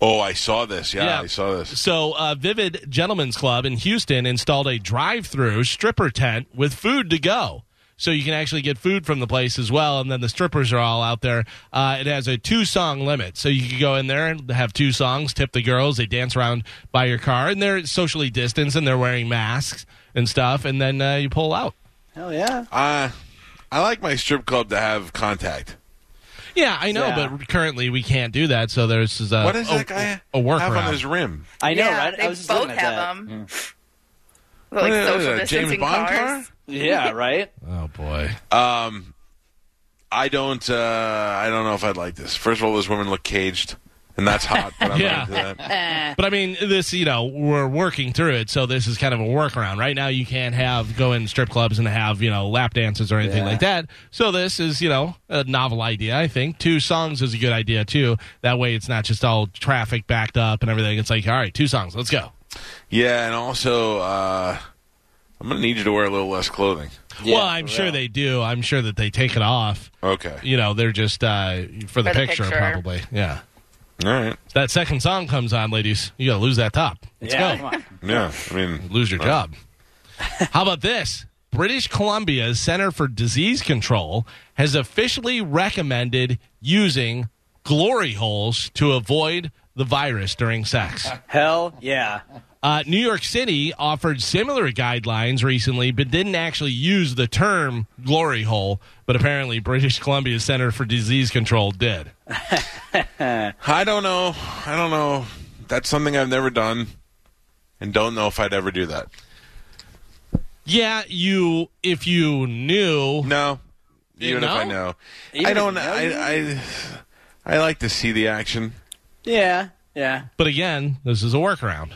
Oh, I saw this. Yeah,
Yeah.
I saw this.
So, uh, Vivid Gentlemen's Club in Houston installed a drive-through stripper tent with food to go. so you can actually get food from the place as well. And then the strippers are all out there. Uh, it has a two song limit, so you can go in there and have two songs, tip the girls, they dance around by your car, and they're socially distanced and they're wearing masks and stuff, and then uh, you pull out.
Hell yeah.
Uh, I like my strip club to have contact.
Yeah, I know,
Yeah.
but currently we can't do that. So there's uh,
What does
a,
that guy
a
have on
workaround.
his rim?
I know,
yeah,
right?
They
I was just
both
looking at that.
have them. Like
What is that,
social
a James
distancing
Bond car?
cars.
Yeah, right?
oh boy,
Um, I don't. Uh, I don't know if I'd like this. First of all, those women look caged, and that's hot. But I'm
Yeah.
not into that.
but I mean, this you know we're working through it, so this is kind of a workaround. Right now, you can't have go in strip clubs and have you know lap dances or anything
Yeah.
like that. So this is you know a novel idea. I think two songs is a good idea too. That way, it's not just all traffic backed up and everything. It's like all right, two songs, let's go.
Yeah, and also, uh, I'm gonna need you to wear a little less clothing.
well, I'm sure they do. I'm sure that they take it off.
Okay.
You know, they're just uh, for the,
the
picture,
picture.
probably. Yeah.
All right.
That second song comes on, ladies. You gotta lose that top. Let's go.
yeah, come on.
Yeah. I mean,
lose your job. How about this? British Columbia's Center for Disease Control has officially recommended using glory holes to avoid the virus during sex.
Hell yeah.
Uh, New York City offered similar guidelines recently, but didn't actually use the term glory hole. But apparently, British Columbia's Center for Disease Control did.
I don't know. I don't know. That's something I've never done, and don't know if I'd ever do that.
Yeah, you, if you knew.
No.
You
Even if I
know?
know,
Even
I
if
don't.
you know,
I, I I like to see the action.
Yeah, yeah.
But again, this is a workaround,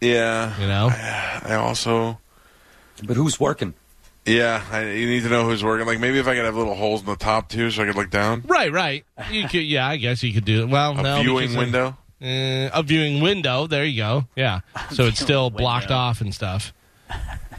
Yeah.
you know?
I also.
But who's working?
Yeah, I, you need to know who's working. Like maybe if I could have little holes in the top too, so I could look down.
Right, right. You could, yeah, I guess you could do it. Well,
A
no,
viewing
because, uh,
window.
uh, a viewing window. There you go.
<laughs>
Yeah, so it's still blocked off and stuff.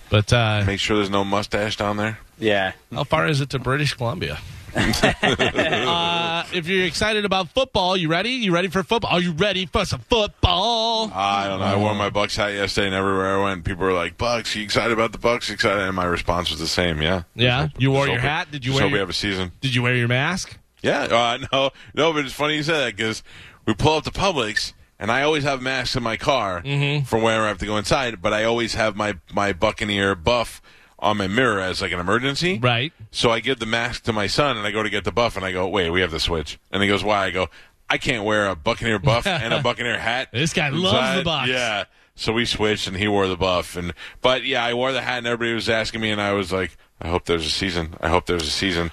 But uh,
Make sure there's no mustache down there.
Yeah.
how far is it to British
<laughs>
Columbia? uh, if you're excited about football, you ready? You ready for football? Are you ready for some football?
I don't know. I wore my Bucks hat yesterday, and everywhere I went, people were like, "Bucks, you excited about the Bucks? You excited?" And my response was the same. Yeah.
Yeah? You wore
Just
your
hope we-
hat? Did you
just
wear
hope we
your-
have a season?
Did you wear your mask?
Yeah. Uh, <laughs> no, no. But it's funny you said that because we pull up to Publix, and I always have masks in my car
Mm-hmm.
from where I have to go inside. But I always have my my Buccaneer buff on my mirror as like an emergency.
Right.
So I give the mask to my son, and I go to get the buff, and I go, "Wait, we have the switch." And he goes, "Why?" I go, "I can't wear a Buccaneer buff and
<laughs>
a Buccaneer hat."
This guy loves the Bucs.
Yeah. So we switched, and he wore the buff, and but yeah, I wore the hat, and everybody was asking me, and I was like, "I hope there's a season. I hope there's a season."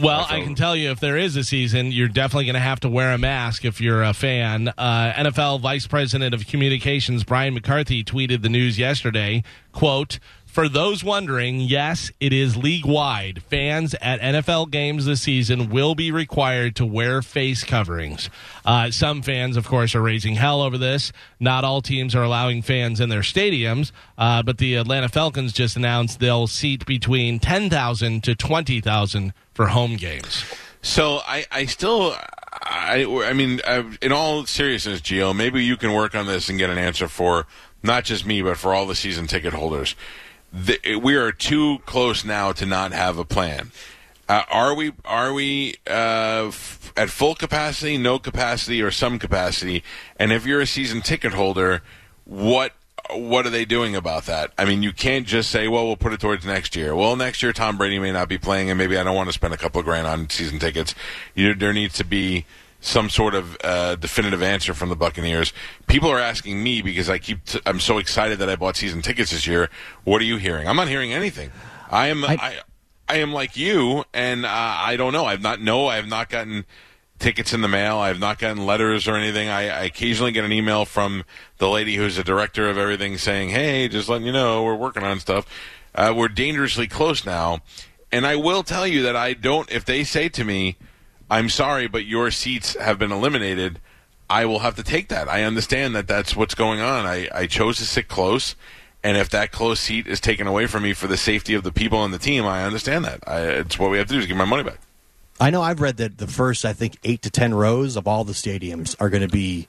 Well,
That's
I
all.
can tell you if there is a season, you're definitely going to have to wear a mask if you're a fan. Uh, NFL Vice President of Communications Brian McCarthy tweeted the news yesterday, quote, for those wondering, yes, it is league-wide. Fans at NFL games this season will be required to wear face coverings. Uh, some fans, of course, are raising hell over this. Not all teams are allowing fans in their stadiums, uh, but the Atlanta Falcons just announced they'll seat between 10,000 to 20,000 for home games.
So I, I still, I, I mean, I, in all seriousness, Gio, maybe you can work on this and get an answer for not just me, but for all the season ticket holders. The, we are too close now to not have a plan. Uh, are we? Are we uh, f- at full capacity, no capacity, or some capacity? And if you're a season ticket holder, what what are they doing about that? I mean, you can't just say, "Well, we'll put it towards next year." Well, next year Tom Brady may not be playing, and maybe I don't want to spend a couple of grand on season tickets. You, there needs to be some sort of uh, definitive answer from the Buccaneers. People are asking me because I keep t- I'm so excited that I bought season tickets this year. What are you hearing? I'm not hearing anything. I am I I, am like you, and uh, I don't know. I've not no. I have not gotten tickets in the mail. I have not gotten letters or anything. I, I occasionally get an email from the lady who's the director of everything saying, "Hey, just letting you know we're working on stuff. Uh, we're dangerously close now." And I will tell you that I don't. If they say to me, "I'm sorry, but your seats have been eliminated," I will have to take that. I understand that that's what's going on. I, I chose to sit close. And if that close seat is taken away from me for the safety of the people and the team, I understand that. I, it's what we have to do is get my money back.
I know I've read that the first, I think, eight to ten rows of all the stadiums are going to be,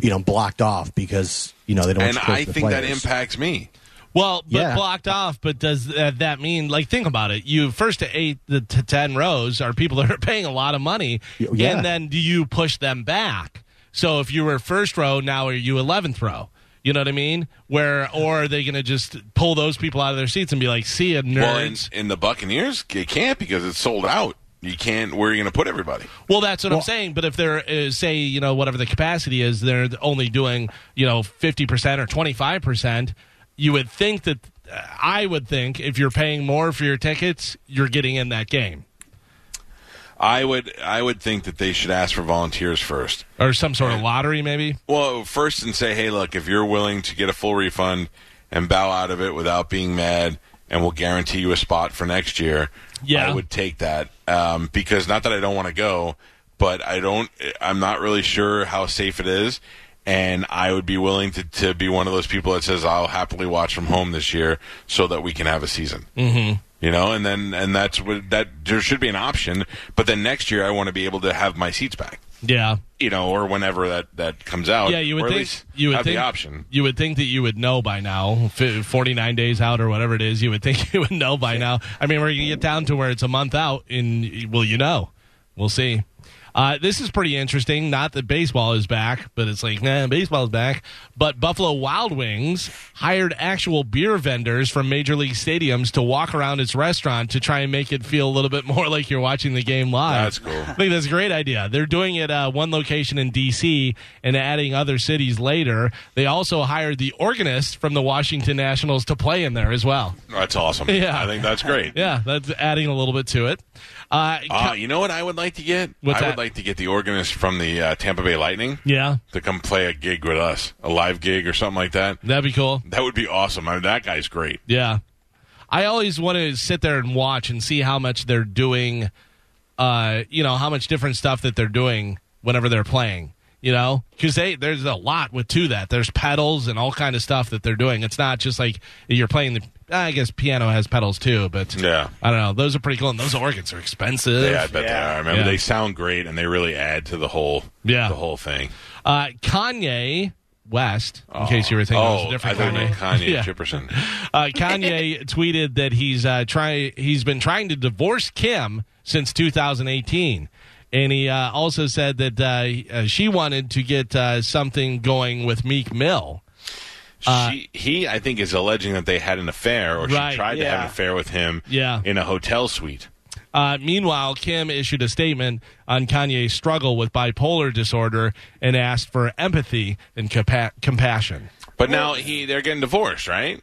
you know, blocked off because you know they don't. want
and
you close
I
to the
think that
players.
impacts me.
Well, but
Yeah.
blocked off. But does that, that mean like think about it? You first to eight the to ten rows are people <laughs> that are paying a lot of money,
Y- oh, yeah.
and then do you push them back? So if you were first row, now are you eleventh row? You know what I mean? Where or are they going to just pull those people out of their seats and be like, "See ya, nerds"?
Well, in, in the Buccaneers, you can't because it's sold out. You can't. Where are you going to put everybody?
Well, that's what I'm
Well-
saying. But if they're uh, say you know whatever the capacity is, they're only doing you know 50 percent or 25 percent. You would think that uh, I would think if you're paying more for your tickets, you're getting in that game
I would. I would think that they should ask for volunteers first.
or some sort of lottery, maybe.
Well, first and say, hey, look, if you're willing to get a full refund and bow out of it without being mad, and we'll guarantee you a spot for next year,
Yeah.
I would take that um, because not that I don't want to go, but I don't. I'm not really sure how safe it is, and I would be willing to, to be one of those people that says I'll happily watch from home this year so that we can have a season. Mm-hmm. You know, and then and that's what that there should be an option, but then next year I want to be able to have my seats back
Yeah,
you know, or whenever that that comes out.
yeah. You
or
would
at
think
least
you would
have
think
the option.
You would think that you would know by now, fi- 49 days out or whatever it is. You would think <laughs> you would know by now. I mean, we're gonna get down to where it's a month out, and will you know? We'll see. Uh, this is pretty interesting. Not that baseball is back, but it's like, nah, baseball's back. But Buffalo Wild Wings hired actual beer vendors from major league stadiums to walk around its restaurant to try and make it feel a little bit more <laughs> like you're watching the game live.
That's cool.
I think that's a great idea. They're doing it uh, one location in D.C. and adding other cities later. They also hired the organist from the Washington Nationals to play in there as well.
That's awesome.
Yeah.
I think that's great.
<laughs> Yeah, that's adding a little bit to it. Uh,
Ah, you know what I would like to get?
What's
I
that?
would like to get the organist from the uh, Tampa Bay Lightning
yeah,
to come play a gig with us, a live gig or something like that.
that'd be cool.
That would be awesome. I mean, that guy's great.
Yeah. I always want to sit there and watch and see how much they're doing, uh, you know, how much different stuff that they're doing whenever they're playing, you know? Because there's a lot with to that. There's pedals and all kind of stuff that they're doing. It's not just like you're playing the, I guess piano has pedals too, but
Yeah.
I don't know. Those are pretty cool. And those organs are expensive.
Yeah, I bet they are. I remember
Yeah.
they sound great and they really add to the whole
Yeah.
the whole thing.
Uh, Kanye West, in case you were thinking it was a
oh, I
different
thought you
Kanye.
meant Kanye
<laughs> Yeah.
Jipperson.
Uh, Kanye tweeted that he's uh, try he's been trying to divorce Kim since 2018, and he uh, also said that uh, he- uh, she wanted to get uh, something going with Meek Mill.
she, he, I think, is alleging that they had an affair, or
Uh, Right,
she tried to have
yeah.
an affair with him
Yeah.
in a hotel suite.
Uh, meanwhile, Kim issued a statement on Kanye's struggle with bipolar disorder and asked for empathy and compa- compassion.
But now he, they're getting divorced, right?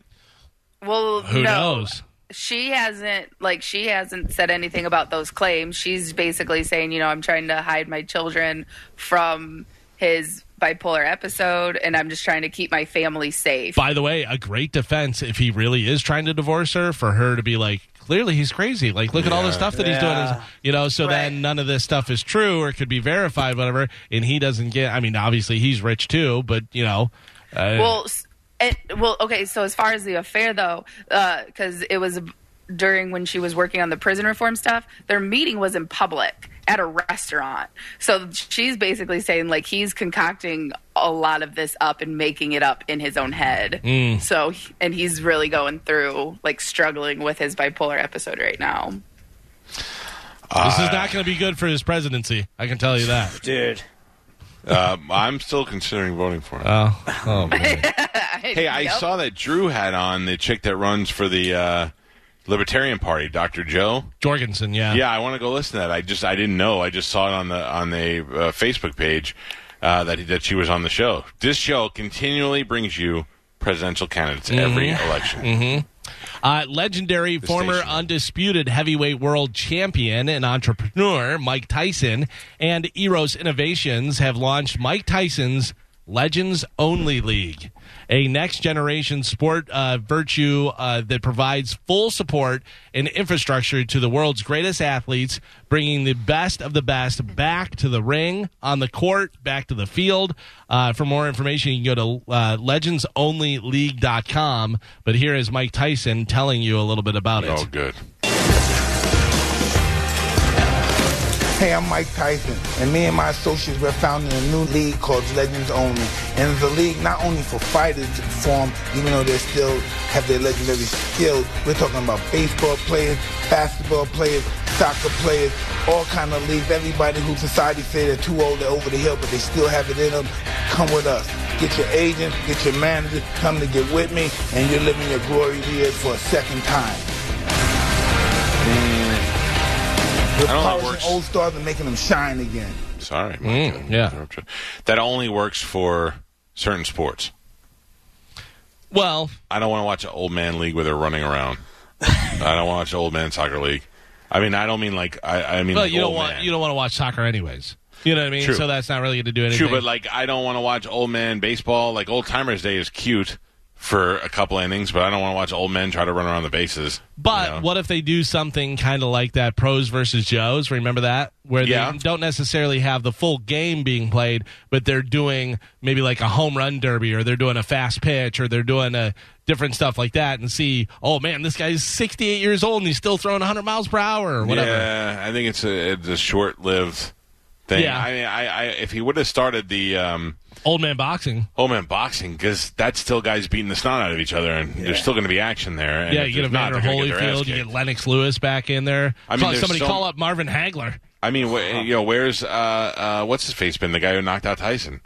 Well,
Who
no.
knows?
she hasn't like she hasn't said anything about those claims. She's basically saying, you know, I'm trying to hide my children from his bipolar episode and I'm just trying to keep my family safe.
By the way, a great defense if he really is trying to divorce her for her to be like, clearly he's crazy. Like, look at all the stuff that he's doing.
Yeah.
You know, so then
Right.
none of this stuff is true or could be verified, whatever. And he doesn't get, I mean, obviously he's rich too, but, you know. Uh,
Well, s- it, well, okay. So as far as the affair, though, because it was during when she was working on the prison reform stuff, their meeting was in public at a restaurant. So she's basically saying like he's concocting a lot of this up and making it up in his own head. So and he's really going through like struggling with his bipolar episode right now.
this is not going to be good for his presidency. I can tell you that.
Dude.
Um, I'm still considering voting for him.
oh, oh, man.
hey, I
Yep.
saw that Drew had on the chick that runs for the uh, Libertarian Party, Dr. Joe.
<laughs> Jorgensen, yeah.
Yeah, I want to go listen to that. I just I didn't know. I just saw it on the on the uh, Facebook page uh, that that she was on the show. This show continually brings you presidential candidates every election.
Uh, legendary former
station.
undisputed heavyweight world champion and entrepreneur Mike Tyson and Eros Innovations have launched Mike Tyson's Legends Only League, a next generation sport uh, virtue uh, that provides full support and infrastructure to the world's greatest athletes, bringing the best of the best back to the ring, on the court, back to the field. Uh, for more information, you can go to uh, legendsonlyleague.com. But here is Mike Tyson telling you a little bit about it.
Oh, good.
Hey, I'm Mike Tyson, and me and my associates, we're founding a new league called Legends Only. And it's a league not only for fighters to perform, even though they still have their legendary skills, we're talking about baseball players, basketball players, soccer players, all kind of leagues. Everybody who society say they're too old, they're over the hill, but they still have it in them, come with us. Get your agent, get your manager, come to get with me, and you're living your glory years for a second time. We're
I don't know if it works.
polishing old stars and making them shine again.
Sorry, Mike, I interrupted. That only works for certain sports.
Well,
I don't want to watch an old man league where they're running around. I don't want to watch old man soccer league. I mean, I don't mean like I, I mean.
but
like
you don't
old
want
man.
you don't want to watch soccer anyways. You know what I mean?
True.
So that's not really going to do anything.
True, but like I don't want to watch old man baseball. Like old timers day is cute for a couple innings, but I don't want to watch old men try to run around the bases.
But what if they do something kind of like that pros versus joes? Remember that where
Yeah.
they don't necessarily have the full game being played, but they're doing maybe like a home run derby, or they're doing a fast pitch, or they're doing a different stuff like that, and see, oh man, this guy's sixty eight years old and he's still throwing hundred miles per hour or whatever.
Yeah, I think it's a, it's a short-lived thing.
Yeah.
I mean, I, I if he would have started the um,
Old man boxing.
old man boxing, because that's still guys beating the snot out of each other, and there's still going to be action there. And
yeah,
if
you get a
there's not,
Vander
they're gonna get their ass
Holyfield, you
kicked.
get Lennox Lewis back in there.
I mean,
Call-
there's
somebody
so-
call up Marvin Hagler,
I mean, wh- you know, where's uh, uh, what's his face been? The guy who knocked out Tyson.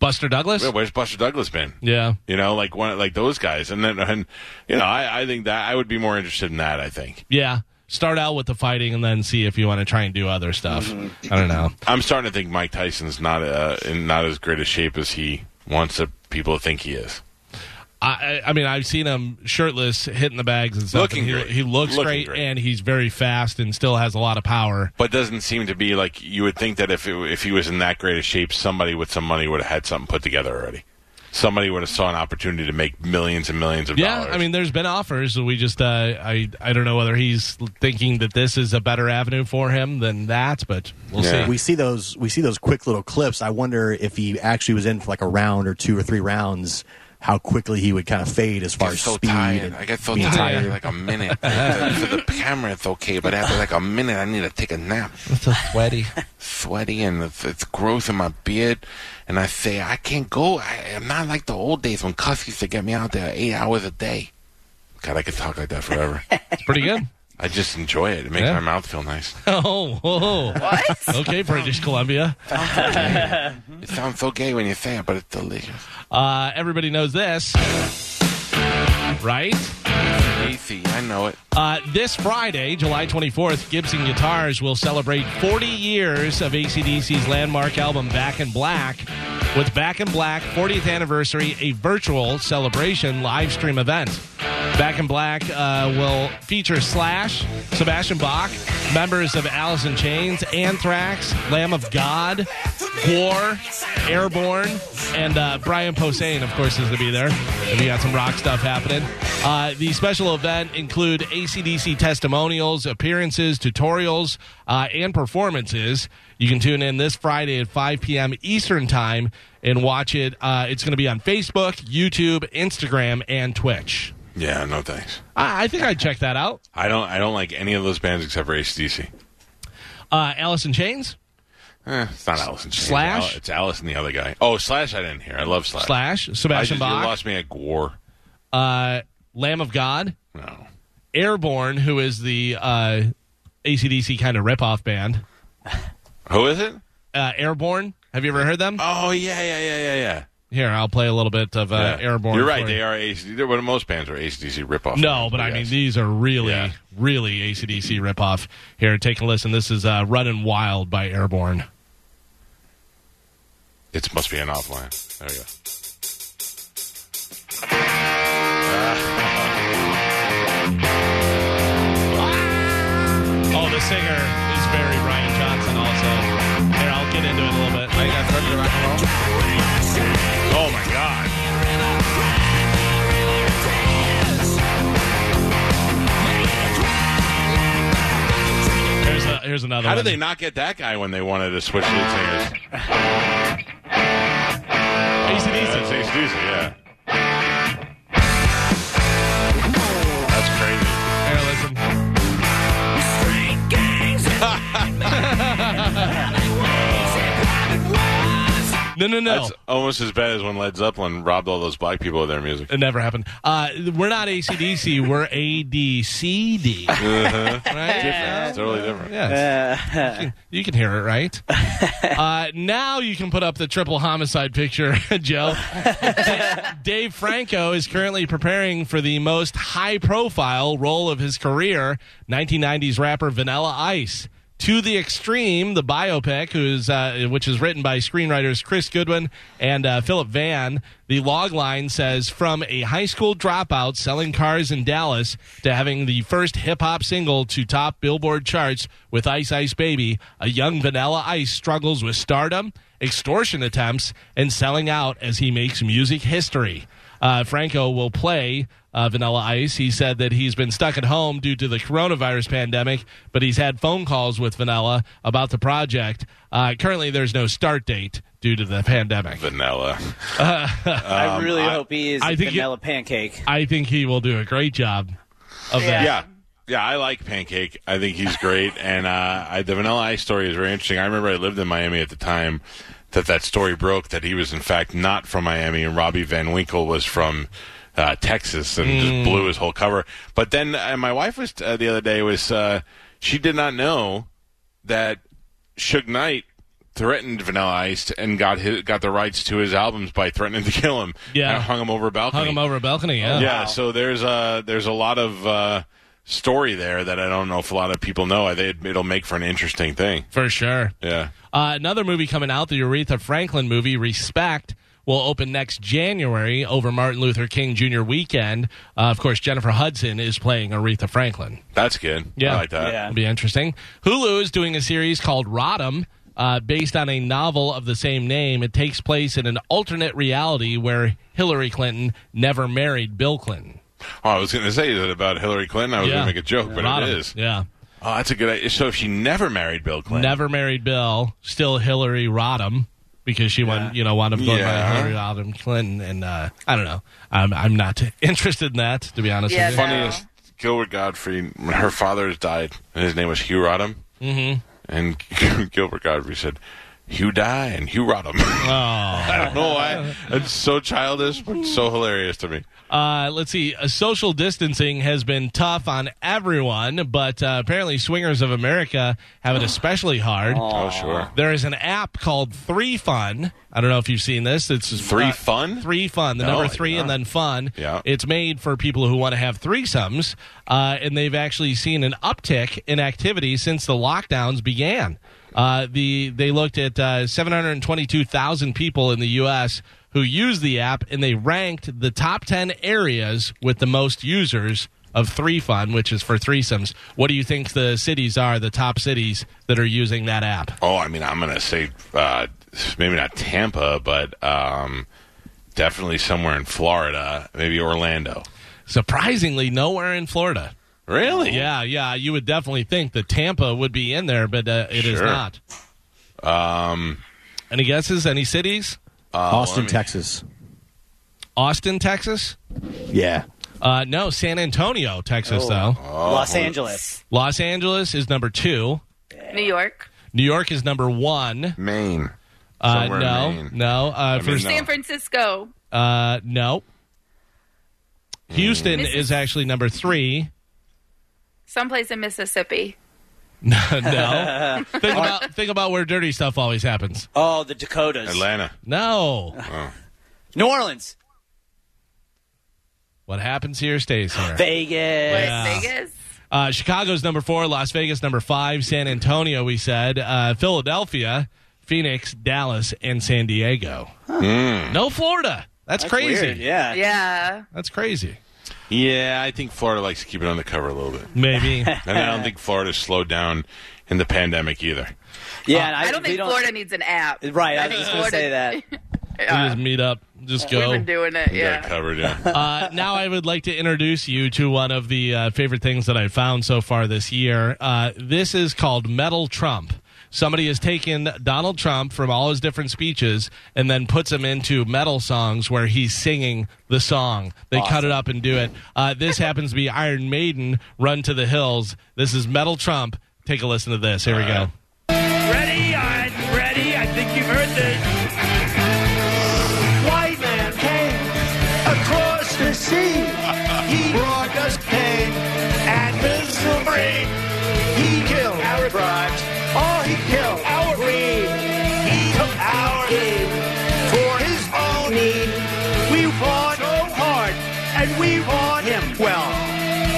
Buster Douglas.
Yeah, where's Buster Douglas been?
Yeah.
You know, like one like those guys, and then and you know, I, I think that I would be more interested in that. I think
Yeah. Start out with the fighting and then see if you want to try and do other stuff.
Mm-hmm.
I don't know.
I'm starting to think Mike Tyson's not uh, in not as great a shape as he wants to, people to think he is.
I, I I mean, I've seen him shirtless, hitting the bags and stuff.
Looking
and he,
great.
he looks
Looking
great,
great.
and he's very fast and still has a lot of power.
But doesn't seem to be like you would think that if it, if he was in that great a shape, somebody with some money would have had something put together already. Somebody would have saw an opportunity to make millions and millions of
Yeah,
dollars.
I mean, there's been offers. We just, uh, I, I don't know whether he's thinking that this is a better avenue for him than that, but we'll see.
We see those we see those quick little clips. I wonder if he actually was in for like a round or two or three rounds, how quickly he would kind of fade as far as speed. and being
a minute. For the camera, it's okay, but after like a minute, I need to take a nap.
It's so sweaty.
sweaty and it's, it's growth in my beard. And I say, I can't go. I, I'm not like the old days when Cuss used to get me out there eight hours a day. God, I could talk like that <laughs> forever.
It's pretty good. <laughs>
I just enjoy it. It makes
Yeah.
my mouth feel nice.
Oh, whoa. <laughs>
What?
Okay, British Columbia.
It sounds so gay when you say it, but it's delicious.
Uh, everybody knows this, right?
Easy, I know it.
Uh, this Friday, July 24th, Gibson Guitars will celebrate 40 years of ACDC's landmark album Back in Black with Back in Black 40th Anniversary, a virtual celebration live stream event. Back in Black uh, will feature Slash, Sebastian Bach, members of Alice in Chains, Anthrax, Lamb of God, War, Airborne, and uh, Brian Posehn, of course, is going to be there. And we got some rock stuff happening. Uh, the special event include ACDC testimonials, appearances, tutorials, uh, and performances. You can tune in this Friday at 5 p.m. Eastern Time and watch it. Uh, it's going to be on Facebook, YouTube, Instagram, and Twitch.
Yeah, no thanks.
I, I think I'd check that out.
I don't. I don't like any of those bands except for ACDC.
Uh, Alice in Chains,
Eh, it's not Alice and Chains.
Slash?
Al- It's Alice and the other guy. Oh, Slash. I didn't hear. I love Slash.
Slash,
I
Sebastian
just, you
Bach,
lost me at Gore.
uh, Lamb of God,
No.
Airborne, who is the uh, ACDC kind of ripoff band.
Who is it?
Uh, Airborne. Have you ever heard them?
Oh yeah, yeah, yeah, yeah, yeah.
Here, I'll play a little bit of uh,
Yeah.
Airborne.
You're right.
for
They
you.
are ACDC. They're what most bands are ACDC ripoff.
No,
bands,
but I mean
yes.
these are really,
Yeah.
really ACDC ripoff. Here, take a listen. This is uh, "Running Wild" by Airborne.
it must be an offline. There we go.
Oh, the singer is very Brian Johnson. Also, here I'll get into it a little bit.
Oh my god.
Here's, a, here's another.
How
one.
did they not get that guy when they wanted to switch lead singers?
ACDC.
That's ACDC. Yeah. That's crazy.
Here, listen. No, no, no.
That's almost as bad as when Led Zeppelin robbed all those black people of their music.
It never happened. Uh, we're not ACDC. We're
<laughs>
ADCD.
Uh-huh.
Right?
Different. Totally different.
Yes. You can- you can hear it, right? Uh, now you can put up the triple homicide picture, <laughs> Joe. Da- Dave Franco is currently preparing for the most high profile role of his career 1990s rapper Vanilla Ice. To the Extreme, the biopic, who's, uh, which is written by screenwriters Chris Goodwin and uh, Philip Van. The logline says From a high school dropout selling cars in Dallas to having the first hip hop single to top Billboard charts with Ice Ice Baby, a young Vanilla Ice struggles with stardom, extortion attempts, and selling out as he makes music history. Uh, Franco will play uh, Vanilla Ice. He said that he's been stuck at home due to the coronavirus pandemic, but he's had phone calls with Vanilla about the project. Uh, currently, there's no start date due to the pandemic.
Vanilla.
I really
I-
hope he is
I
a
think you-
vanilla pancake.
I think he will do a great job of that.
Yeah. Yeah, I like Pancake. I think he's
<laughs>
great, and uh, I, the Vanilla Ice story is very interesting. I remember I lived in Miami at the time that that story broke that he was in fact not from Miami, and Robbie Van Winkle was from uh, Texas, and
Hmm.
just blew his whole cover. But then uh, my wife was uh, the other day was uh, she did not know that Suge Knight threatened Vanilla Ice and got his, got the rights to his albums by threatening to kill him.
Yeah.
and hung him over a balcony.
Hung him over a balcony. Yeah.
Yeah, so there's a there's a lot of uh, story there that I don't know if a lot of people know. I think it'll make for an interesting thing.
For sure.
Yeah,
Uh, another movie coming out, the Aretha Franklin movie, Respect, will open next January over Martin Luther King Jr. weekend. Uh, of course, Jennifer Hudson is playing Aretha Franklin.
that's good.
Yeah.
I like that.
Yeah.
It'll be interesting. Hulu is doing a series called Rodham. Uh, based on a novel of the same name, it takes place in an alternate reality where Hillary Clinton never married Bill Clinton.
Oh, I was going to say that about Hillary Clinton. I was
Yeah.
going to make a joke, but
Rodham.
it is.
Yeah.
Oh, that's a good. idea. So if she never married Bill Clinton,
Never married Bill, still Hillary Rodham because she went, you know, wound up going
Yeah.
by Hillary Rodham Clinton, and uh, I don't know. I'm I'm not <laughs> interested in that to be honest.
Yeah,
with you.
no.
Funniest Gilbert Godfrey. Her father has died, and his name was Hugh Rodham. Mm-hmm. And <laughs> Gilbert Godfrey said, "Hugh die and Hugh Rodham." <laughs> I don't know why. It's so childish, but so hilarious to me.
Uh, let's see. Uh, social distancing has been tough on everyone, but uh, apparently swingers of America have it especially hard.
Oh, sure.
There is an app called Three Fun. I don't know if you've seen this. It's
Three
uh,
fun?
Three Fun. The
No, I
number
did
three and
not.
then fun.
Oh, Yeah.
It's made for people who want to have threesomes, uh, and they've actually seen an uptick in activity since the lockdowns began. Uh, the they looked at uh, 722,000 people in the U.S. who use the app, and they ranked the top 10 areas with the most users of Three Fun, which is for threesomes. What do you think the cities are? The top cities that are using that app?
Oh, I mean, I'm gonna say uh, maybe not Tampa, but um, definitely somewhere in Florida, maybe Orlando.
surprisingly nowhere in Florida.
Really?
Yeah, yeah. You would definitely think that Tampa would be in there, but uh, it is
Sure.
not.
Um,
Any guesses? Any cities?
Austin,
me-
Texas.
Austin, Texas?
Yeah.
Uh, no, San Antonio, Texas,
Oh.
though.
Los Angeles.
Los Angeles is number two.
New York,
New York is number one.
Maine.
Uh,
Somewhere in
no,
Maine.
no. Uh, for,
mean, No.
San Francisco,
uh, no. Houston
Hmm.
is actually number three. <laughs>
someplace in Mississippi.
<laughs>
no. think, about, think about where dirty stuff always happens.
Oh, the Dakotas.
Atlanta. Oh.
No.
New Orleans.
What happens here stays here.
Vegas.
Las Vegas.
Uh, Chicago's number four, Las Vegas number five, San Antonio, we said, uh, Philadelphia, Phoenix, Dallas, and San Diego. No Florida. That's, crazy.
Weird, yeah.
Yeah.
That's crazy.
Yeah, I think Florida likes to keep it on the cover a little bit,
Maybe.
and
<laughs>
I don't think Florida slowed down in the pandemic either.
Yeah, and
I don't
we
think Florida needs an app.
Right, I was
think
just gonna
<laughs>
say that.
we
Yeah.
just meet up. Just
We've
go.
Oh.
been doing it.
We got it
Yeah.
covered. Yeah.
<laughs> uh, now I would like to introduce you to one of the uh, favorite things that I found so far this year. Uh, this is called Metal Trump. Somebody has taken Donald Trump from all his different speeches and then puts him into metal songs where he's singing the song. They cut it up and do it. Uh, this happens to be Iron Maiden, Run to the Hills. This is Metal Trump. Take a listen to this. Here we go.
Ready? I'm ready. I think you've heard this.
We want so hard, and we want him well.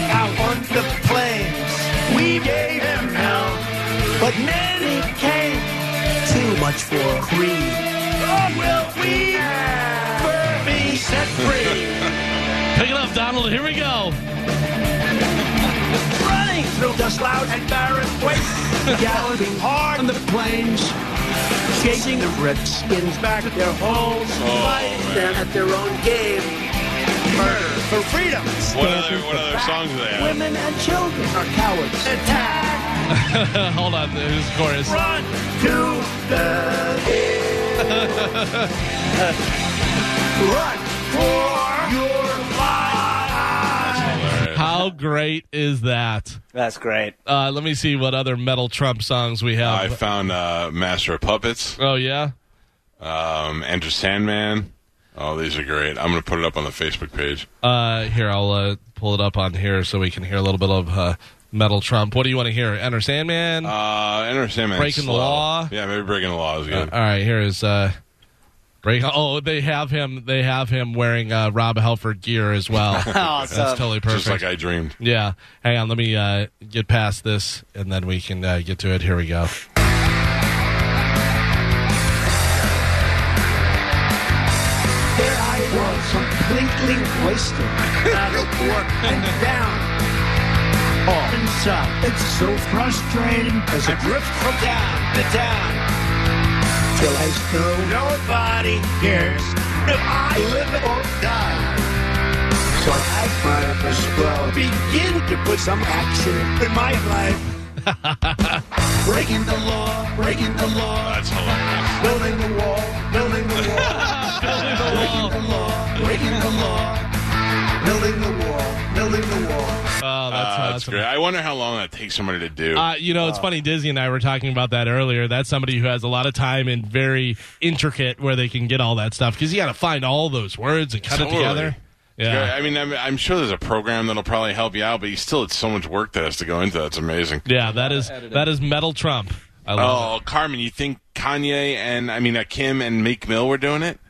Out on the plains, we gave him hell. But many came too much for greed. Oh, will we ever be set free?
Pick it up, Donald. Here we go. <laughs>
Running through the loud and barren waste, galloping hard on the plains. Chasing the Redskins back their holes, fighting them at their own game. Murder for freedom.
What other, what other songs do they have?
Women and children are cowards. Attack,
Hold on, this is the chorus.
run to the run for your life.
How great is that?
That's great.
Uh, let me see what other metal Trump songs we have.
I found uh, Master of Puppets,
oh yeah,
um, Enter Sandman. Oh, these are great. I'm going to put it up on the Facebook page.
uh, here I'll uh, pull it up on here so we can hear a little bit of uh, metal Trump. What do you want to hear? Enter Sandman.
Uh, Enter Sandman.
Breaking the
slow.
Law?
Yeah, maybe Breaking the Law is good.
All right, here is uh break. Oh, they have him. They have him wearing uh, Rob Helford gear as well.
<laughs>
Oh,
That's totally perfect.
Just like I dreamed.
yeah, hang on. Let me uh, get past this, and then we can uh, get to it. Here we go.
There I was, completely wasted, <laughs> out of work and down. All inside. It's so frustrating as I drift from down to down. Till I know nobody cares if I live or die. So I might as well begin to put some action in my life. breaking the law, breaking the law.
Oh, Uh, That's hilarious.
Building the wall, building the wall. <laughs> building the wall. Breaking the law, breaking the law. Building the wall, building the wall.
Oh, that's
Uh, that's
awesome.
great. I wonder how long that takes somebody to do.
Uh, you know,
Oh.
it's funny. Disney and I were talking about that earlier. That's somebody who has a lot of time and very intricate where they can get all that stuff because you got to find all those words and cut
Totally.
it together.
Yeah,
Yeah,
I mean, I'm, I'm sure there's a program that'll probably help you out, but you still it's so much work that has to go into. That's amazing.
yeah. That is that is metal Trump. I love
Oh, Carmen, you think Kanye and I mean uh, Kim and Meek Mill were doing it?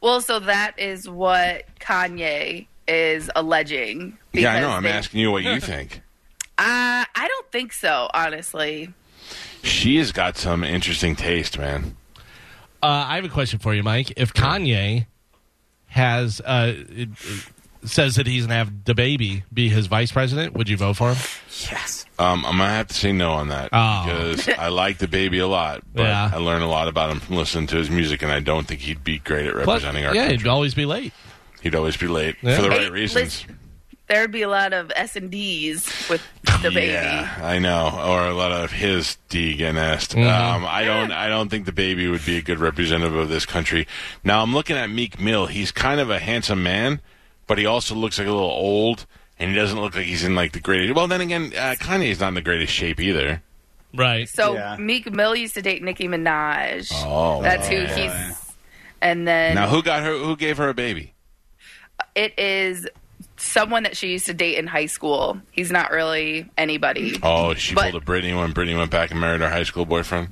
Well, so that is what Kanye is alleging.
yeah, I
because
know. I'm
they-
asking you what
<laughs>
you think.
Uh, I don't think so, honestly.
She has got some interesting taste, man.
Uh, I have a question for you, Mike. If Kanye has uh, it- it says that he's gonna have the baby be his vice president, would you vote for him?
Yes.
Um, I'm gonna have to say no on that
Oh.
because I like the baby a
<laughs>
lot, but
Yeah.
I learn a lot about him from listening to his music, and I don't think he'd be great at representing our
yeah,
country.
he'd always be late.
He'd always be late
Yeah.
for the
Hey,
right reasons.
listen, There'd be a lot of S and D's
<laughs>
with the baby.
Yeah, I know, or a lot of his D getting asked.
Mm-hmm.
Um, I don't, I don't think the baby would be a good representative of this country. Now I'm looking at Meek Mill. He's kind of a handsome man, but he also looks like a little old, and he doesn't look like he's in like the greatest. Well, then again, uh, Kanye's not in the greatest shape either.
Right.
So
Yeah.
Meek Mill used to date Nicki Minaj.
Oh,
That's who he's. And then
Now who got her? Who gave her a baby?
it is someone that she used to date in high school. He's not really anybody.
Oh, she
But-
pulled a Brittany when Brittany went back and married her high school boyfriend.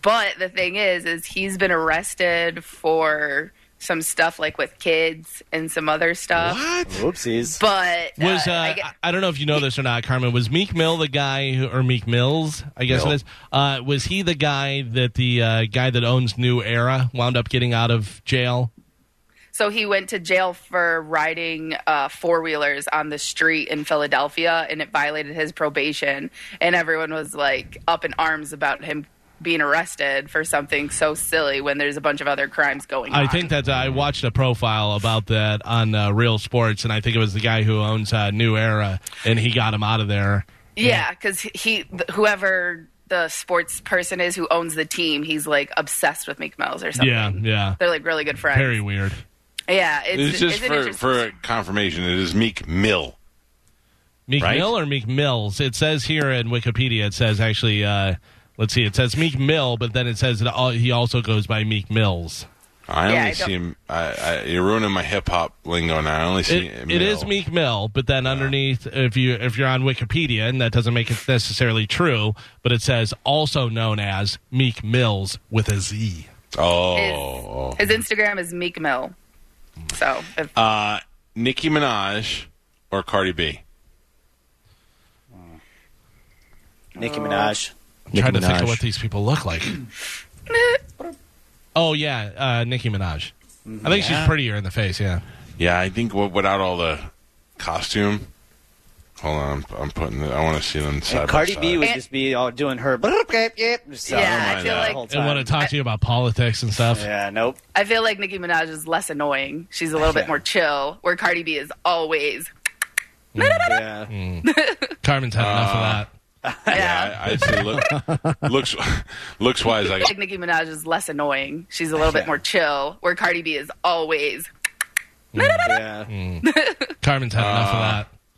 But the thing is, is he's been arrested for some stuff like with kids and some other stuff.
Whoopsies.
But uh,
Was uh,
I
I,
get-
I don't know if you know this or not, Carmen. Was Meek Mill the guy who, or Meek Mills? I guess
Mill.
it is. Uh, was he the guy that the uh, guy that owns New Era wound up getting out of jail?
so he went to jail for riding uh, four wheelers on the street in Philadelphia, and it violated his probation. And everyone was like up in arms about him being arrested for something so silly when there's a bunch of other crimes going on.
I think that uh, I watched a profile about that on uh, Real Sports, and I think it was the guy who owns uh, New Era, and he got him out of there.
Yeah, because he, th- whoever the sports person is who owns the team, he's like obsessed with Meek Mills or something.
Yeah, yeah.
They're like really good friends.
Very weird.
yeah, it's,
It's just
it's an
for
interesting-
for confirmation. It is Meek Mill.
Meek
Right?
Mill or Meek Mills? It says here in Wikipedia. It says actually. Uh, let's see. It says Meek Mill, but then it says that al- he also goes by Meek Mills.
Yeah,
I only
I don't-
see him. I, I, you're ruining my hip hop lingo now. I only see
It,
him
it is
male.
Meek Mill, but then underneath, if you if you're on Wikipedia, and that doesn't make it necessarily true, but it says also known as Meek Mills with a Z.
Oh,
His Instagram is Meek Mill. So, if-
Uh, Nicki Minaj or Cardi B?
Nicki Minaj.
I'm trying to think of what these people look like. oh yeah, uh, Nicki Minaj. I think
Yeah.
she's prettier in the face. Yeah.
Yeah, I think w- without all the costume. Hold on, I'm, I'm putting. The, I want to see them side
And
by
Cardi
side.
B would just be all doing her. <laughs> uh,
Yeah, I feel like-
I want to talk to you about politics and stuff.
Yeah, nope.
I feel like Nicki Minaj is less annoying. She's a little bit more chill, where Cardi B is always.
Yeah.
Carmen's had enough of that.
<laughs> Yeah, I, I see. Look,
<laughs>
looks, looks wise. I
I feel like Nicki Minaj is less annoying. She's a little bit more chill, where Cardi B is always.
yeah.
Carmen's had enough